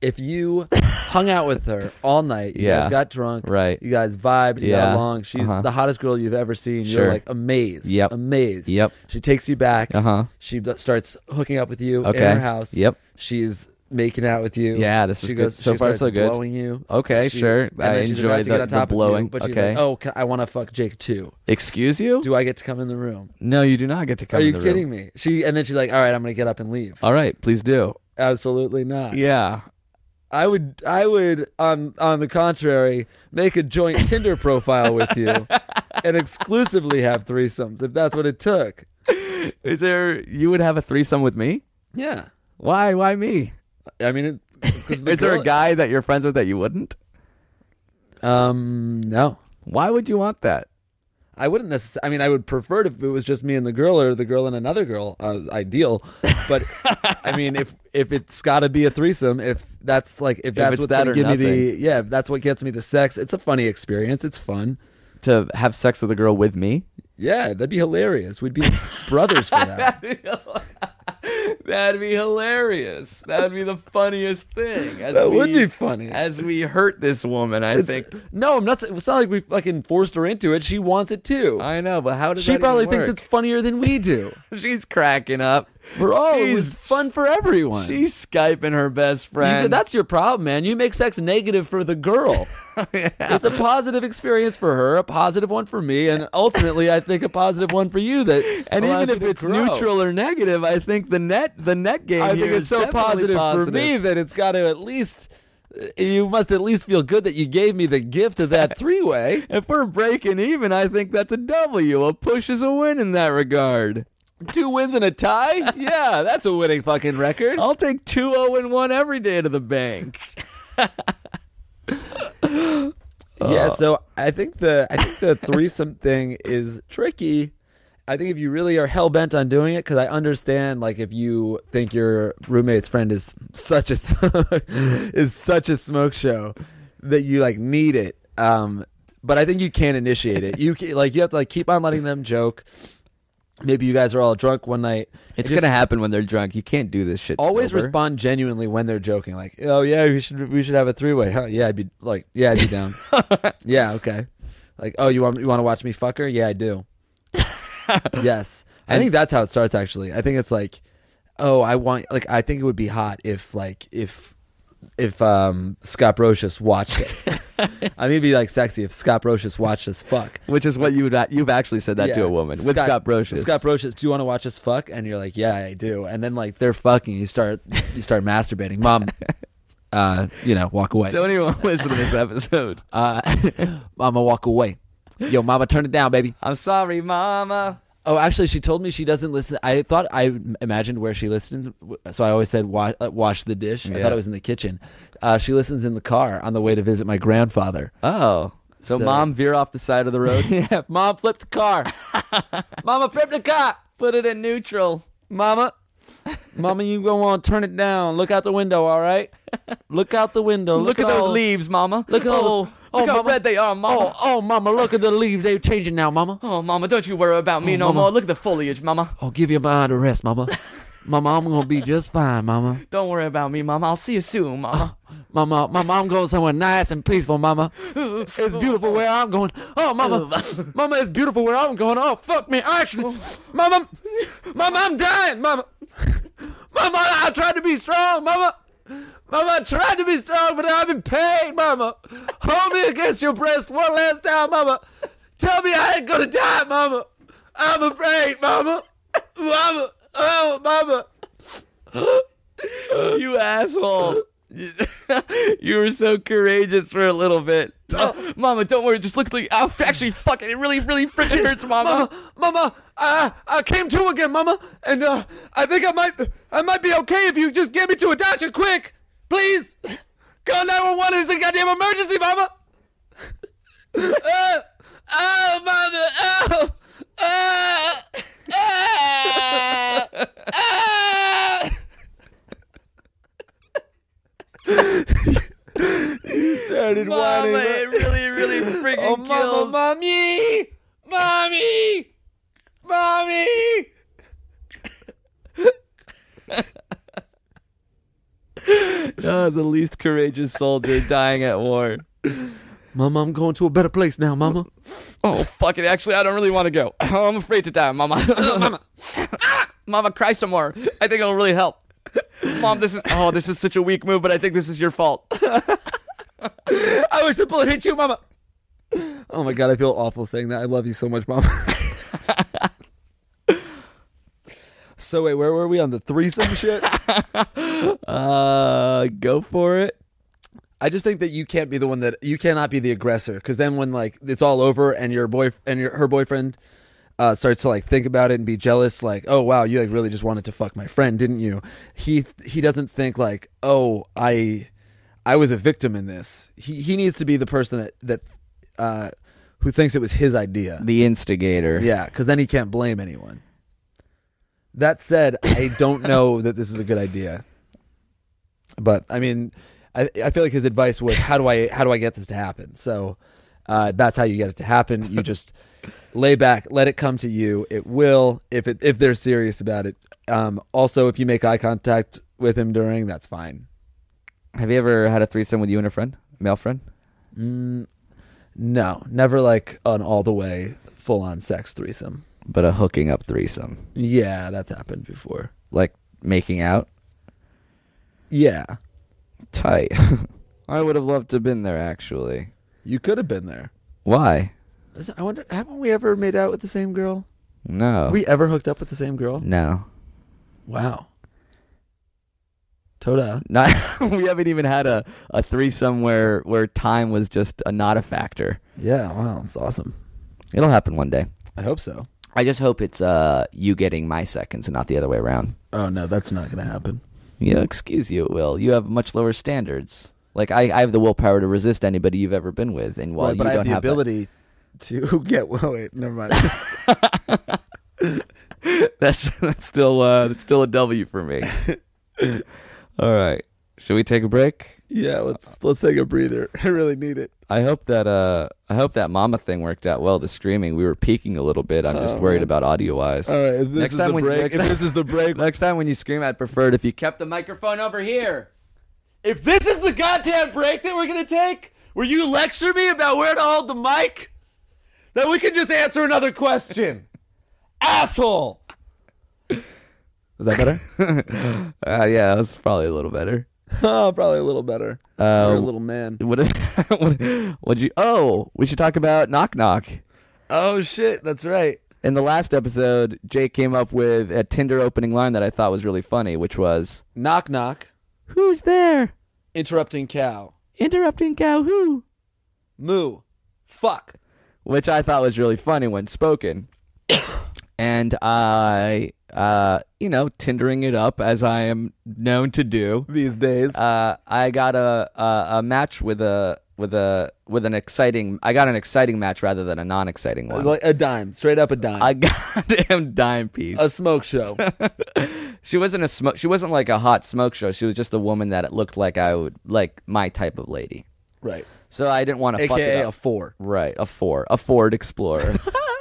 S4: if you hung out with her all night, you
S3: Yeah.
S4: guys got drunk,
S3: Right.
S4: You guys vibed, you got
S3: Yeah.
S4: along. She's
S3: Uh-huh.
S4: the hottest girl you've ever seen.
S3: Sure.
S4: You're like amazed,
S3: Yep.
S4: amazed.
S3: Yep.
S4: She takes you back.
S3: Uh-huh.
S4: She b- starts hooking up with you
S3: Okay.
S4: in her house.
S3: Yep.
S4: She's making out with you.
S3: Yeah, this is
S4: she
S3: good.
S4: goes,
S3: So
S4: she
S3: far,
S4: starts
S3: so good.
S4: Blowing you.
S3: Okay,
S4: She-
S3: sure.
S4: and
S3: I
S4: then she's about
S3: enjoyed
S4: to get
S3: the,
S4: on
S3: the
S4: top of you,
S3: blowing.
S4: but she's
S3: okay.
S4: like, "Oh, can, I want to fuck Jake too.
S3: Excuse you?
S4: Do I get to come in the room?
S3: no, you do not get to come.
S4: Are
S3: in
S4: you
S3: the
S4: kidding
S3: room.
S4: me? She and then she's like, "All right, I'm gonna get up and leave."
S3: All right, please do.
S4: Absolutely not.
S3: Yeah.
S4: I would I would on on the contrary make a joint Tinder profile with you and exclusively have threesomes if that's what it took.
S3: Is there? You would have a threesome with me?
S4: Yeah.
S3: Why? Why me?
S4: I mean, it, 'cause the
S3: Is there a
S4: girl-
S3: guy that you're friends with that you wouldn't?
S4: Um, no.
S3: Why would you want that?
S4: I wouldn't necessarily. I mean, I would prefer it if it was just me and the girl, or the girl and another girl. Uh, ideal, but I mean, if if it's got to be a threesome, if that's like if that's
S3: it's
S4: what's
S3: that
S4: gonna
S3: or
S4: give me the
S3: nothing.
S4: yeah, if that's what gets me the sex. It's a funny experience. It's fun.
S3: To have sex with a girl with me?
S4: Yeah, that'd be hilarious. We'd be brothers for that.
S3: That'd be hilarious. That would be the funniest thing. As
S4: That
S3: we,
S4: would be funny.
S3: As we hurt this woman, I think.
S4: No, I'm not. It's not like we fucking forced her into it. She wants it too.
S3: I know, but how does
S4: she
S3: that
S4: probably
S3: even
S4: thinks
S3: work?
S4: it's funnier than we do.
S3: she's cracking up.
S4: We're all. It
S3: She's-
S4: was fun for everyone.
S3: She's skyping her best friend.
S4: You- that's your problem, man. You make sex negative for the girl. It's a positive experience for her, a positive one for me, and ultimately, I think a positive one for you. That
S3: and
S4: allows
S3: even
S4: you
S3: if
S4: to
S3: Oh, it's
S4: grow.
S3: neutral or negative, I think the net the net game
S4: I think
S3: here
S4: it's
S3: is
S4: so
S3: definitely
S4: positive, for
S3: positive.
S4: me that it's got to at least. uh, You must at least feel good that you gave me the gift of that three way.
S3: If we're breaking even, I think that's a W. A push is a win in that regard.
S4: Two wins and a tie? Yeah, that's a winning fucking record.
S3: I'll take 2 0 and 1 every day to the bank.
S4: Yeah, so I think the I think the threesome thing is tricky. I think if you really are hell bent on doing it, because I understand, like if you think your roommate's friend is such a is such a smoke show that you like need it. Um, but I think you can initiate it. You can, like you have to like keep on letting them joke. Maybe you guys are all drunk one night.
S3: It's
S4: Just-
S3: going to happen when they're drunk. You can't do this shit.
S4: always
S3: sober.
S4: respond genuinely when they're joking. Like, oh yeah, we should we should have a three way. Huh, yeah, I'd be like, yeah, I'd be down. yeah, okay. Like, oh, you want you want to watch me fuck her? Yeah, I do. yes, I think that's how it starts. Actually, I think it's like, oh, I want like I think it would be hot if like if if um Scott Brocious watched us. I mean, it'd be like sexy if Scott Brocious watched us fuck.
S3: Which is what you would, you've actually said that to
S4: Yeah.
S3: a woman with Scott Brocious.
S4: Scott Brocious, do you want to watch us fuck? And you're like, yeah, I do. And then like they're fucking, you start you start masturbating. Mom, uh, you know, walk away.
S3: Don't even listen to this episode.
S4: Uh, mama, walk away. Yo, mama, turn it down, baby.
S3: I'm sorry, mama.
S4: Oh, actually, she told me she doesn't listen. I thought I imagined where she listened, so I always said wash, uh, wash the dish. I
S3: Yeah.
S4: thought it was in the kitchen. Uh, she listens in the car on the way to visit my grandfather.
S3: Oh. So,
S4: So-
S3: mom veer off the side of the road.
S4: yeah, mom, flip the car. mama, flip the car.
S3: Put it in neutral.
S4: Mama, Mama, you go on, turn it down. Look out the window, all right? Look out the window.
S3: Look, at those
S4: all-
S3: leaves, mama.
S4: Look at all
S3: oh,
S4: the- oh,
S3: look how
S4: mama.
S3: red they are,
S4: Oh,
S3: mama.
S4: oh, Mama, look at the leaves. They're changing now, Mama.
S3: Oh, mama, don't you worry about me no
S4: mama.
S3: more. Look at the foliage, mama.
S4: Oh, give your mind a rest, Mama. Mama, I'm gonna be just fine, Mama.
S3: Don't worry about me, mama. I'll see you soon, mama.
S4: Mama, Mama, I'm going somewhere nice and peaceful, Mama. It's beautiful where I'm going. Oh, Mama, Mama, it's beautiful where I'm going. Oh, fuck me, actually, Mama, Mama, I'm dying, Mama. Mama, I tried to be strong, Mama. Mama, I tried to be strong, but I'm in pain, Mama. Hold me against your breast one last time, Mama. Tell me I ain't gonna die, Mama. I'm afraid, Mama. Mama, oh, Mama.
S3: you asshole. you were so courageous for a little bit. Oh, mama, don't worry. Just look at the. Oh, actually, fuck it. It really, really freaking hurts, mama.
S4: Uh, Mama, I I came to again, Mama, and uh, I think I might I might be okay if you just get me to a doctor quick, please. Call 911. It's a goddamn emergency, Mama. Uh, oh, Mama, oh, ah, ah, ah. you started
S3: Mama, it really, really freaking
S4: Oh,
S3: kills.
S4: mama, mommy, mommy, mommy.
S3: Oh, the least courageous soldier dying at war.
S4: Mama, I'm going to a better place now, mama.
S3: Oh, fuck it. Actually, I don't really want to go. I'm afraid to die, mama. Oh, mama. mama, cry some more. I think it'll really help. Mom, this is oh, this is such a weak move, but I think this is your fault.
S4: I wish the bullet hit you, mama. Oh my god, I feel awful saying that. I love you so much, mama. so wait, where were we on the threesome shit?
S3: Uh, go for it.
S4: I just think that you can't be the one that you cannot be the aggressor because then when like it's all over and your boy and your, her boyfriend uh, starts to like think about it and be jealous, like, oh wow, you like really just wanted to fuck my friend, didn't you? He he doesn't think like, oh, I I was a victim in this. He he needs to be the person that that uh, who thinks it was his idea.
S3: The instigator.
S4: Yeah, because then he can't blame anyone. That said, I don't know that this is a good idea. But I mean, I, I feel like his advice was how do I how do I get this to happen? So uh, that's how you get it to happen. You just lay back, let it come to you. It will if it if they're serious about it. Um, also, if you make eye contact with him during, that's fine.
S3: Have you ever had a threesome with you and a friend, male friend?
S4: No, never like an all the way full on sex threesome.
S3: But a hooking up threesome,
S4: Yeah, that's happened before.
S3: like making out,
S4: Yeah,
S3: tight. I would have loved to have been there actually.
S4: you could have been there.
S3: Why?
S4: Is- I wonder, haven't we ever made out with the same girl?
S3: No.
S4: Have we ever hooked up with the same girl?
S3: no.
S4: Wow. Tota. Toda.
S3: Not. we haven't even had a a threesome where where time was just a not a factor.
S4: Yeah, wow, that's awesome.
S3: It'll happen one day.
S4: I hope so.
S3: I just hope it's uh you getting my seconds and not the other way around.
S4: Oh no, that's not gonna happen.
S3: Yeah, excuse you, Will. You have much lower standards. Like I, I have the willpower to resist anybody you've ever been with, and while
S4: Right, but
S3: you
S4: I
S3: don't
S4: have the
S3: that-
S4: ability to get. Well, wait, never mind.
S3: that's that's still uh, that's still a W for me. All right, should we take a break?
S4: yeah, let's let's take a breather. I really need it.
S3: I hope that uh, I hope that Mama thing worked out well. The screaming, we were peaking a little bit. I'm just worried about audio wise.
S4: Oh, All right, if this
S3: Next
S4: is
S3: time
S4: the
S3: when-
S4: break.
S3: next
S4: if
S3: time-
S4: this is the break,
S3: Next time when you scream, I'd prefer it if you kept the microphone over here.
S4: if this is the goddamn break that we're gonna take, where you lecture me about where to hold the mic, then we can just answer another question. Asshole. Is that better?
S3: Uh, yeah, that was probably a little better.
S4: oh, probably a little better. You're a
S3: Um,
S4: little man.
S3: What? if- what? Would you? Oh, we should talk about knock knock.
S4: Oh shit, that's right.
S3: In the last episode, Jake came up with a Tinder opening line that I thought was really funny, which was,
S4: Knock knock.
S3: "Who's there?
S4: Interrupting cow.
S3: Interrupting cow who?"
S4: Moo. Fuck.
S3: Which I thought was really funny when spoken. and I, uh, you know, Tindering it up as I am known to do.
S4: These days.
S3: uh, I got a, a a match with a with a with an exciting. I got an exciting match rather than a non-exciting one.
S4: like a dime, straight up a dime.
S3: a goddamn dime piece.
S4: a smoke show.
S3: she wasn't a smoke. She wasn't like a hot smoke show. She was just a woman that it looked like I would like my type of lady.
S4: right.
S3: So I didn't want to fuck it
S4: AKA
S3: up.
S4: a four.
S3: Right, a Ford, a Ford Explorer.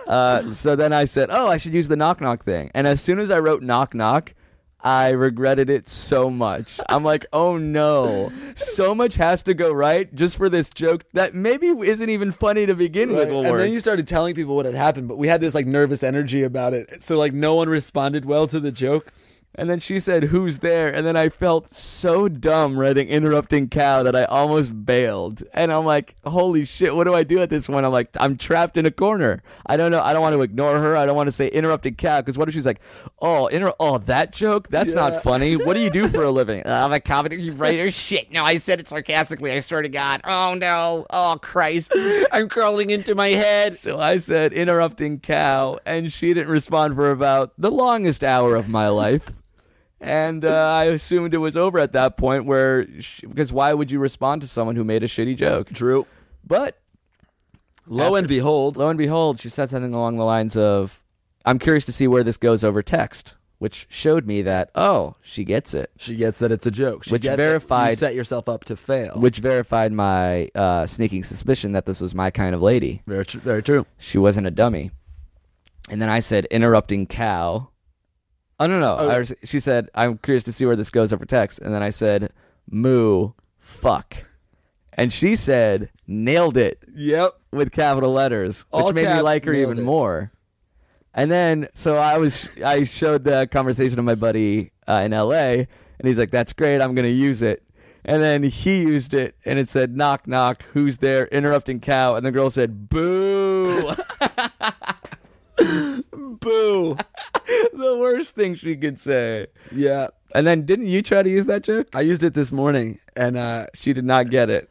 S3: uh, so then I said, "Oh, I should use the knock knock thing." And as soon as I wrote knock knock, I regretted it so much. I'm like, "Oh no, so much has to go right just for this joke that maybe isn't even funny to begin with." will
S4: Right. And
S3: work."
S4: then you started telling people what had happened, but we had this like nervous energy about it. So like no one responded well to the joke.
S3: And then she said, "Who's there?" And then I felt so dumb writing "interrupting cow" that I almost bailed. And I'm like, "Holy shit, what do I do at this point?" I'm like, "I'm trapped in a corner. I don't know. I don't want to ignore her. I don't want to say interrupting cow because what if she's like, oh, inter- oh, that joke? That's not funny. What do you do for a living? "Uh, I'm a comedy writer. Shit, no, I said it sarcastically. I swear to God. Oh no. Oh Christ."
S4: I'm crawling into my head.
S3: So I said, interrupting cow, and she didn't respond for about the longest hour of my life. And uh, I assumed it was over at that point, where she, because why would you respond to someone who made a shitty joke?
S4: True.
S3: But
S4: Lo and behold.
S3: lo and behold, she said something along the lines of, "I'm curious to see where this goes over text," which showed me that oh, she gets it,
S4: She gets that it's a joke. She
S3: Which
S4: gets that
S3: verified-
S4: you set yourself up to fail.
S3: which verified my uh, sneaking suspicion that this was my kind of lady.
S4: very, tr- very true.
S3: she wasn't a dummy. And then I said, interrupting cow. Oh, no, no. I was- she said, I'm curious to see where this goes over text. And then I said, moo, fuck. And she said, nailed it
S4: Yep.
S3: with capital letters, which
S4: All
S3: made me
S4: caps,
S3: like her
S4: nailed
S3: even
S4: it.
S3: more. And then, so I was, I showed the conversation to my buddy uh, in L.A., and he's like, "That's great, I'm gonna use it." And then he used it, and it said, "Knock, knock, who's there?" Interrupting cow, and the girl said, "Boo."
S4: Boo.
S3: the worst thing she could say.
S4: yeah.
S3: And then didn't you try to use that joke?
S4: I used it this morning and uh
S3: She did not get it.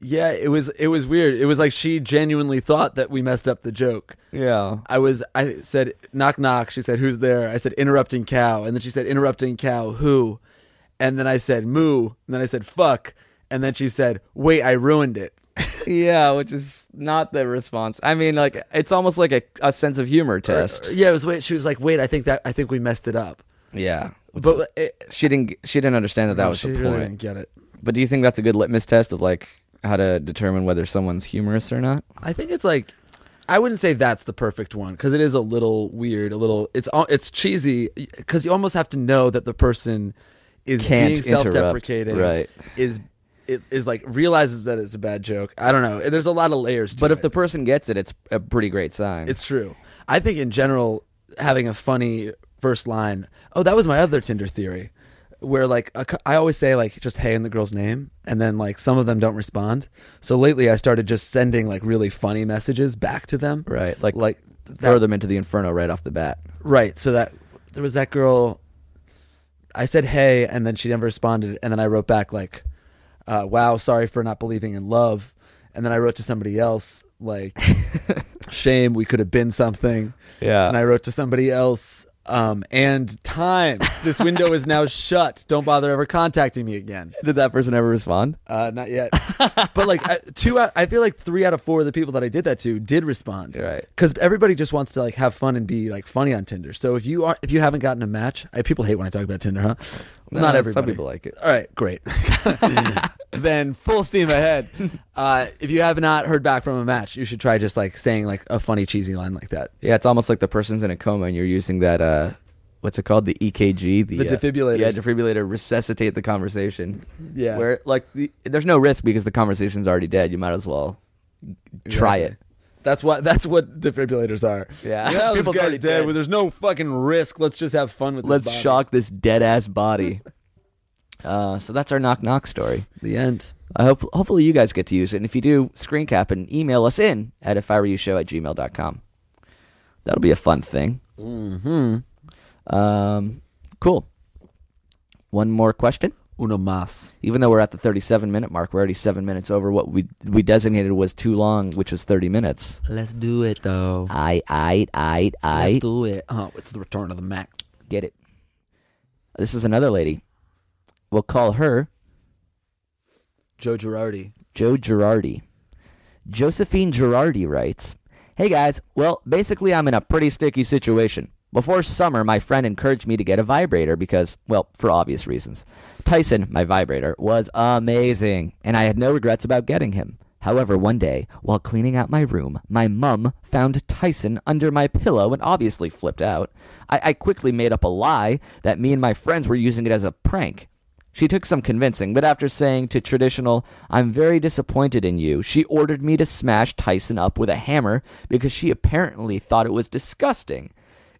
S4: yeah, it was it was weird. It was like she genuinely thought that we messed up the joke.
S3: Yeah.
S4: I was I said knock knock. She said who's there? I said interrupting cow, and then she said interrupting cow who? And then I said moo, and then I said fuck, and then she said wait I ruined it.
S3: Yeah, which is not the response. I mean, like it's almost like a, a sense of humor test.
S4: Yeah, it was wait. She was like wait I think that I think we messed it up,
S3: Yeah.
S4: but it,
S3: She didn't she didn't understand that that was
S4: she
S3: the
S4: really
S3: point.
S4: didn't get it.
S3: But do you think that's a good litmus test of like how to determine whether someone's humorous or not?
S4: I think it's like I wouldn't say that's the perfect one because it is a little weird, a little it's al- it's cheesy because you almost have to know that the person is
S3: Can't
S4: being
S3: interrupt,
S4: self-deprecating,
S3: right.
S4: Is it is like realizes that it's a bad joke. I don't know. There's a lot of layers to
S3: But
S4: it.
S3: if the person gets it, it's a pretty great sign.
S4: It's true. I think in general, having a funny first line. Oh, that was my other Tinder theory, where like a cou- I always say like just hey in the girl's name, and then like some of them don't respond. So lately, I started just sending like really funny messages back to them.
S3: right, like
S4: like
S3: throw
S4: that,
S3: them into the inferno right off the bat.
S4: right. So that there was that girl. I said hey, and then she never responded, and then I wrote back like, uh, "Wow, sorry for not believing in love," and then I wrote to somebody else like, "Shame, we could have been something."
S3: Yeah,
S4: and I wrote to somebody else. Um, and time. This window is now shut. Don't bother ever contacting me again.
S3: did that person ever respond?
S4: Uh, not yet. but like I, two, out, I feel like three out of four of the people that I did that to did respond.
S3: Right.
S4: Because everybody just wants to like have fun and be like funny on Tinder. So if you are, if you haven't gotten a match, I, people hate when I talk about Tinder, huh?
S3: No,
S4: not
S3: some
S4: everybody.
S3: people like it.
S4: All right, great. then full steam ahead. Uh, if you have not heard back from a match, you should try just like saying like a funny cheesy line like that.
S3: Yeah, it's almost like the person's in a coma and you're using that uh what's it called? The EKG, the,
S4: The
S3: uh,
S4: defibrillators.
S3: Yeah, defibrillator to resuscitate the conversation.
S4: Yeah.
S3: Where like the, there's no risk because the conversation's already dead. You might as well try it.
S4: That's what that's what defibrillators are.
S3: Yeah.
S4: yeah this
S3: People's
S4: guy's
S3: already
S4: dead.
S3: dead.
S4: Well, there's no fucking risk. Let's just have fun with.
S3: Let's
S4: this body.
S3: shock this dead ass body. uh so that's our knock knock story.
S4: the end.
S3: I hope hopefully you guys get to use it. And if you do, screen cap and email us in at if I were you show at gmail.com. That'll be a fun thing. Mm-hmm. Um cool. One more question.
S4: Uno mas.
S3: even though we're at the 37 minute mark, we're already seven minutes over what we we designated was too long, which was 30 minutes.
S4: Let's do it though.
S3: I I I I
S4: do it. Oh, it's the return of the Mac.
S3: get it. This is another lady. We'll call her
S4: Joe Girardi.
S3: Joe Girardi. Josephine Girardi writes, Hey guys, well, basically I'm in a pretty sticky situation. Before summer, my friend encouraged me to get a vibrator because, well, for obvious reasons. Tyson, my vibrator, was amazing, and I had no regrets about getting him. However, one day, while cleaning out my room, my mum found Tyson under my pillow and obviously flipped out. I, I quickly made up a lie that me and my friends were using it as a prank. She took some convincing, but after saying to traditional, I'm very disappointed in you, she ordered me to smash Tyson up with a hammer because she apparently thought it was disgusting.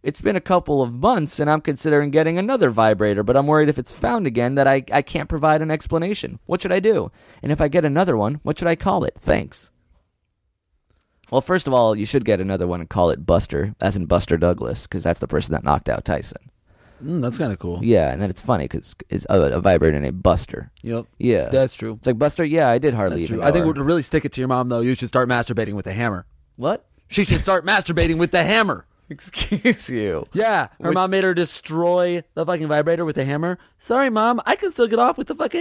S3: It's been a couple of months and I'm considering getting another vibrator, but I'm worried if it's found again that I, I can't provide an explanation. What should I do? And if I get another one, what should I call it? Thanks. Well, first of all, you should get another one and call it Buster, as in Buster Douglas, because that's the person that knocked out Tyson.
S4: Mm, that's kind of cool.
S3: Yeah, and then it's funny because it's a, a vibrator named Buster.
S4: Yep.
S3: Yeah.
S4: That's true.
S3: It's like Buster. Yeah, I did hardly.
S4: That's
S3: even
S4: true.
S3: know
S4: I think
S3: her.
S4: to really stick it to your mom though, you should start masturbating with a hammer.
S3: what?
S4: She should start masturbating with the hammer.
S3: Excuse you.
S4: Yeah, her
S3: Which-
S4: mom made her destroy the fucking vibrator with a hammer. Sorry, mom, I can still get off with the fucking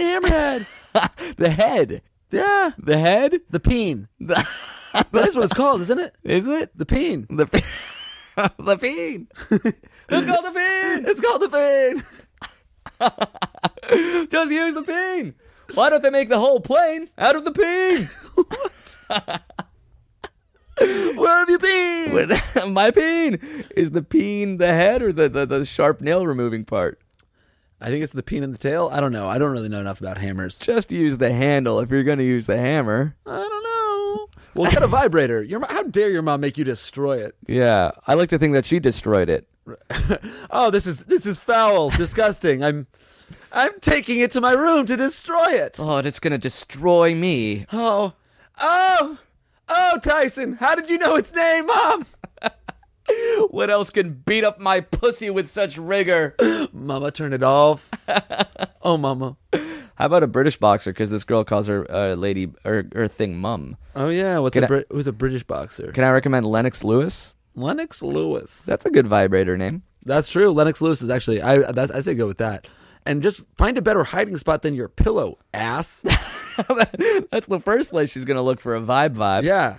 S4: hammerhead.
S3: the head.
S4: yeah,
S3: The head.
S4: the peen. That's what it's called, isn't it?
S3: Is it
S4: The peen.
S3: the the fiend? Who called the fiend?
S4: It's called the peen.
S3: Just use the peen. Why don't they make the whole plane out of the peen?
S4: Where have you been?
S3: But My peen is the peen the head or the, the, the sharp nail removing part?
S4: I think it's the peen and the tail. I don't know. I don't really know enough about hammers.
S3: Just use the handle if you're going to use the hammer.
S4: I don't know. Well, get a vibrator. Your mo- how dare your mom make you destroy it?
S3: Yeah, I like to think that she destroyed it.
S4: Oh, this is this is foul, disgusting. I'm I'm taking it to my room to destroy it.
S3: Oh, and it's going to destroy me.
S4: Oh, oh, oh, Tyson! How did you know its name, Mom?
S3: What else can beat up my pussy with such rigor?
S4: Mama, turn it off. Oh, Mama.
S3: How about a British boxer? Because this girl calls her uh, lady or, or thing mum.
S4: Oh yeah, what's
S3: Can
S4: a
S3: I-
S4: Brit- who's a British boxer?
S3: Can I recommend Lennox Lewis?
S4: Lennox Lewis.
S3: That's a good vibrator name.
S4: That's true. Lennox Lewis is actually I that, I say go with that. And just find a better hiding spot than your pillow, ass.
S3: That's the first place she's gonna look for a vibe vibe.
S4: yeah.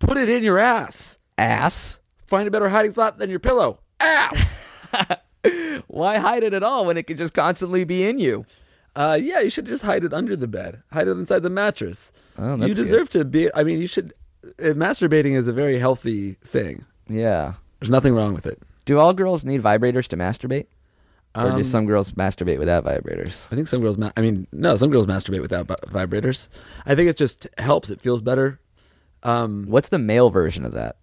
S4: Put it in your ass.
S3: Ass.
S4: Find a better hiding spot than your pillow. Ass.
S3: Why hide it at all when it can just constantly be in you?
S4: uh, yeah, you should just hide it under the bed. Hide it inside the mattress.
S3: Oh,
S4: you
S3: that's
S4: deserve to be I mean, you should it, masturbating is a very healthy thing.
S3: Yeah.
S4: There's nothing wrong with it.
S3: Do all girls need vibrators to masturbate? Or do
S4: Um,
S3: some girls masturbate without vibrators?
S4: I think some girls. Ma- I mean, no, some girls masturbate without vi- vibrators. I think it just helps. It feels better. Um,
S3: What's the male version of that?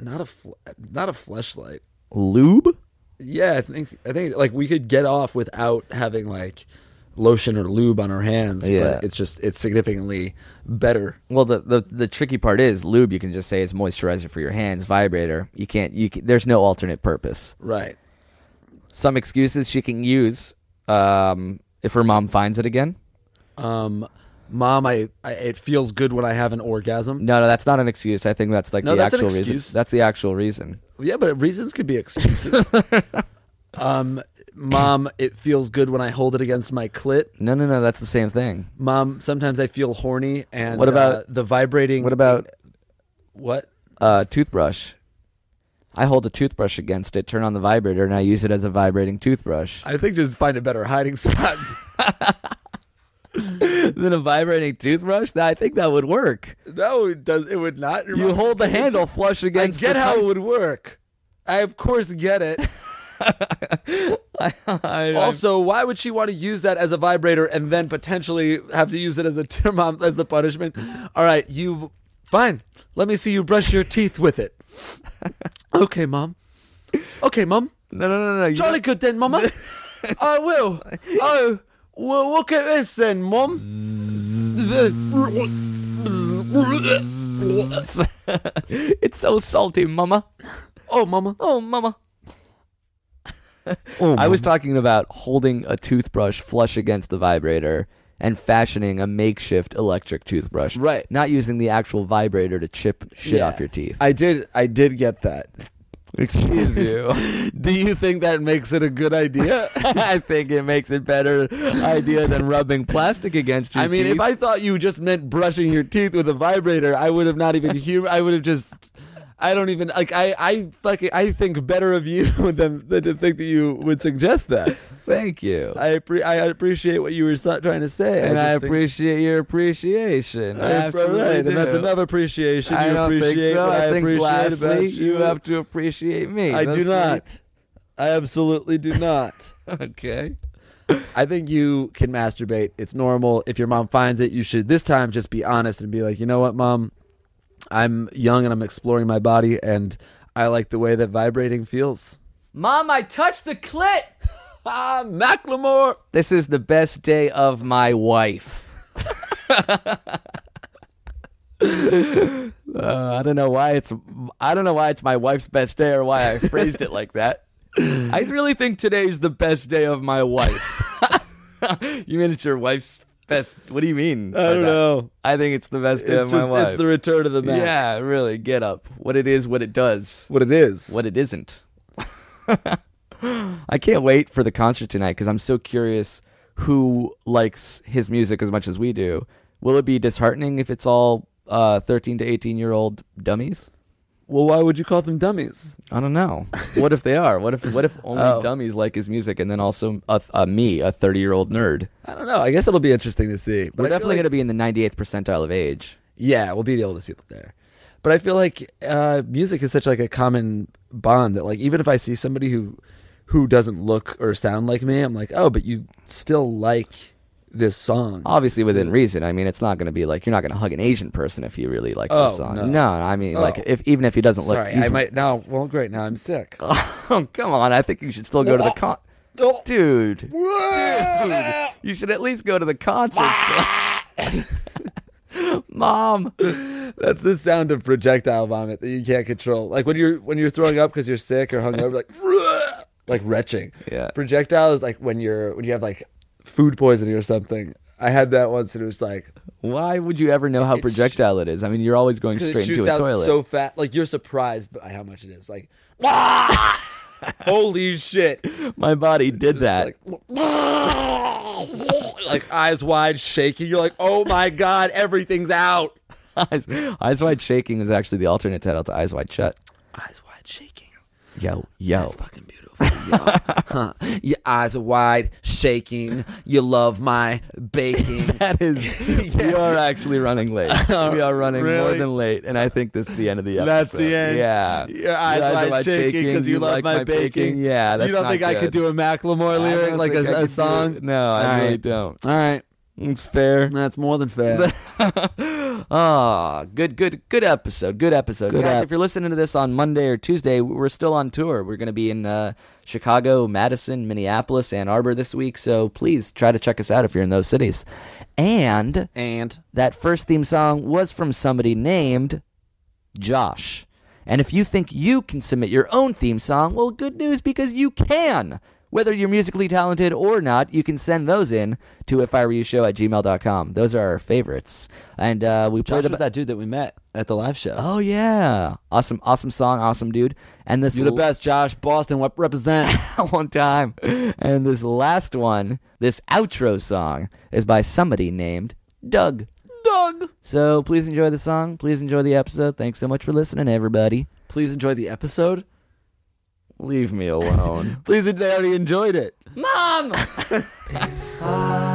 S4: not a fl- not a fleshlight.
S3: Lube?
S4: Yeah, I think I think like we could get off without having like lotion or lube on our hands.
S3: Yeah.
S4: but it's just it's significantly better.
S3: Well, the, the the tricky part is lube. You can just say it's moisturizer for your hands. Vibrator. You can't. You can, there's no alternate purpose.
S4: Right.
S3: Some excuses she can use um, if her mom finds it again.
S4: Um, mom, I, I it feels good when I have an orgasm.
S3: No, no, that's not an excuse. I think that's like
S4: No,
S3: the
S4: that's an
S3: actual
S4: excuse.
S3: reason. That's the actual reason.
S4: Yeah, but reasons could be excuses. um, mom, it feels good when I hold it against my clit.
S3: No, no, no. That's the same thing.
S4: Mom, sometimes I feel horny. And
S3: What
S4: uh,
S3: about-
S4: the vibrating?
S3: What about
S4: what?
S3: uh, toothbrush? I hold a toothbrush against it, turn on the vibrator, and I use it as a vibrating toothbrush.
S4: I think just find a better hiding spot.
S3: Then a vibrating toothbrush? That- I think that would work.
S4: no, it does. It would not. Your
S3: You
S4: mom-
S3: hold the handle flush
S4: I
S3: against.
S4: get
S3: the
S4: how it
S3: Tyson-
S4: would work. I of course get it. also, why would she want to use that as a vibrator and then potentially have to use it as a to mom as the punishment? All right, you fine. Let me see you brush your teeth with it. Okay, mom. Okay, mom.
S3: No, no, no, no. you
S4: Jolly good then, mama. I will. Oh, well, look at this then, mom.
S3: don't- It's so salty, mama.
S4: Oh, mama.
S3: Oh, mama.
S4: Oh,
S3: I was talking about holding a toothbrush flush against the vibrator and fashioning a makeshift electric toothbrush.
S4: Right.
S3: Not using the actual vibrator to chip shit
S4: Yeah.
S3: off your teeth.
S4: I did. I did get that.
S3: Excuse you.
S4: Do you think that makes it a good idea?
S3: I think it makes it better idea than rubbing plastic against your
S4: I mean,
S3: teeth.
S4: if I thought you just meant brushing your teeth with a vibrator, I would have not even hear. I would have just. I don't even like. I I fucking I think better of you than than to think that you would suggest that.
S3: Thank you.
S4: I appre- I appreciate what you were so- trying to say,
S3: and I
S4: just think-
S3: appreciate your appreciation. I
S4: I-
S3: absolutely
S4: right, and that's
S3: do.
S4: enough appreciation.
S3: I
S4: you
S3: don't
S4: appreciate
S3: think so.
S4: what I,
S3: I think
S4: appreciate about
S3: lastly,
S4: you.
S3: you have to appreciate me.
S4: I
S3: That's
S4: do
S3: the-
S4: not. I absolutely do not.
S3: Okay.
S4: I think you can masturbate. It's normal. If your mom finds it, you should this time just be honest and be like, you know what, mom, I'm young and I'm exploring my body, and I like the way that vibrating feels.
S3: Mom, I touched the clit.
S4: Ah, Macklemore.
S3: This is the best day of my wife. Uh, I don't know why it's I don't know why it's my wife's best day or why I phrased it like that. I really think today's the best day of my wife. you mean it's your wife's best? What do you mean?
S4: I don't know.
S3: I think it's the best day
S4: It's
S3: of
S4: just
S3: my wife.
S4: it's the return of the man.
S3: yeah, really. Get up. What it is, what it does
S4: What it is.
S3: what it isn't. I can't wait for the concert tonight because I'm so curious who likes his music as much as we do. Will it be disheartening if it's all uh, 13 to 18 year old dummies?
S4: Well, why would you call them dummies?
S3: I don't know. What if they are? What if what if only
S4: Oh.
S3: dummies like his music, and then also a, a me, a 30 year old nerd?
S4: I don't know. I guess it'll be interesting to see. But
S3: We're
S4: I feel
S3: definitely
S4: like-
S3: going to be in the 98th percentile of age.
S4: Yeah, we'll be the oldest people there. But I feel like uh, music is such like a common bond that like even if I see somebody who who doesn't look or sound like me, I'm like, oh, but you still like this song.
S3: Obviously, within reason. I mean, it's not going to be like you're not going to hug an Asian person if you really like
S4: Oh,
S3: the song.
S4: no.
S3: No. I mean, like
S4: Oh.
S3: if even if he doesn't look,
S4: Sorry,
S3: he's
S4: I might now. Well, great. Now I'm sick.
S3: Oh, come on. I think you should still go to the con.
S4: Oh.
S3: Dude. Dude. You should at least go to the concert.
S4: Ah.
S3: still. Mom.
S4: That's the sound of projectile vomit that you can't control. Like when you're when you're throwing up because you're sick or hungover, like like retching.
S3: Yeah.
S4: Projectile is like when you're when you have like food poisoning or something. I had that once, and it was like
S3: Why would you ever know how projectile it is? I mean, you're always going
S4: 'Cause
S3: straight
S4: it shoots
S3: into a
S4: out
S3: toilet.
S4: so fast. Like you're surprised by how much it is. Like, "Wah!" holy shit!
S3: My body did
S4: Just
S3: that.
S4: like, "Wah!" like eyes wide, shaking. You're like, oh my god, everything's out.
S3: Eyes, Eyes Wide Shaking Oh. is actually the alternate title to Eyes Wide Shut.
S4: Eyes wide, shaking.
S3: Yo, yo.
S4: Fucking beautiful. Yeah. Huh. Your eyes are wide, shaking. You love my baking.
S3: That is, we are actually running late. we are running more
S4: Oh, Really?
S3: than late, and I think this is the end of the episode.
S4: That's the end.
S3: Yeah,
S4: Your eyes,
S3: are
S4: wide, shaking because you, love
S3: like
S4: my baking.
S3: Yeah, that's
S4: you don't
S3: not
S4: think I
S3: good.
S4: could do a Macklemore
S3: I
S4: lyric
S3: don't
S4: like
S3: think I
S4: a, a
S3: could do
S4: song?
S3: it. No, I
S4: All
S3: really
S4: right.
S3: don't.
S4: All right,
S3: It's fair.
S4: that's more than fair.
S3: Ah, good, good, good episode. Good episode, guys.
S4: ep-
S3: If you're listening to this on Monday or Tuesday, we're still on tour. We're going to be in uh, Chicago, Madison, Minneapolis, Ann Arbor this week. So please try to check us out if you're in those cities. And
S4: and
S3: that first theme song was from somebody named Josh. And if you think you can submit your own theme song, well, good news because you can. Whether you're musically talented or not, you can send those in to if I were you show at gmail.com. Those are our favorites. And uh, we
S4: Josh
S3: played
S4: was
S3: about.
S4: that dude that we met at the live show.
S3: Oh, yeah. Awesome, awesome song, awesome dude. And this
S4: You're the
S3: l-
S4: best, Josh. Boston, what represent?
S3: one time. And this last one, this outro song, is by somebody named Doug. Doug. So please enjoy the song. Please enjoy the episode. Thanks so much for listening, everybody.
S4: Please enjoy the episode.
S3: Leave me alone.
S4: Please, they already enjoyed it.
S3: Mom!
S6: I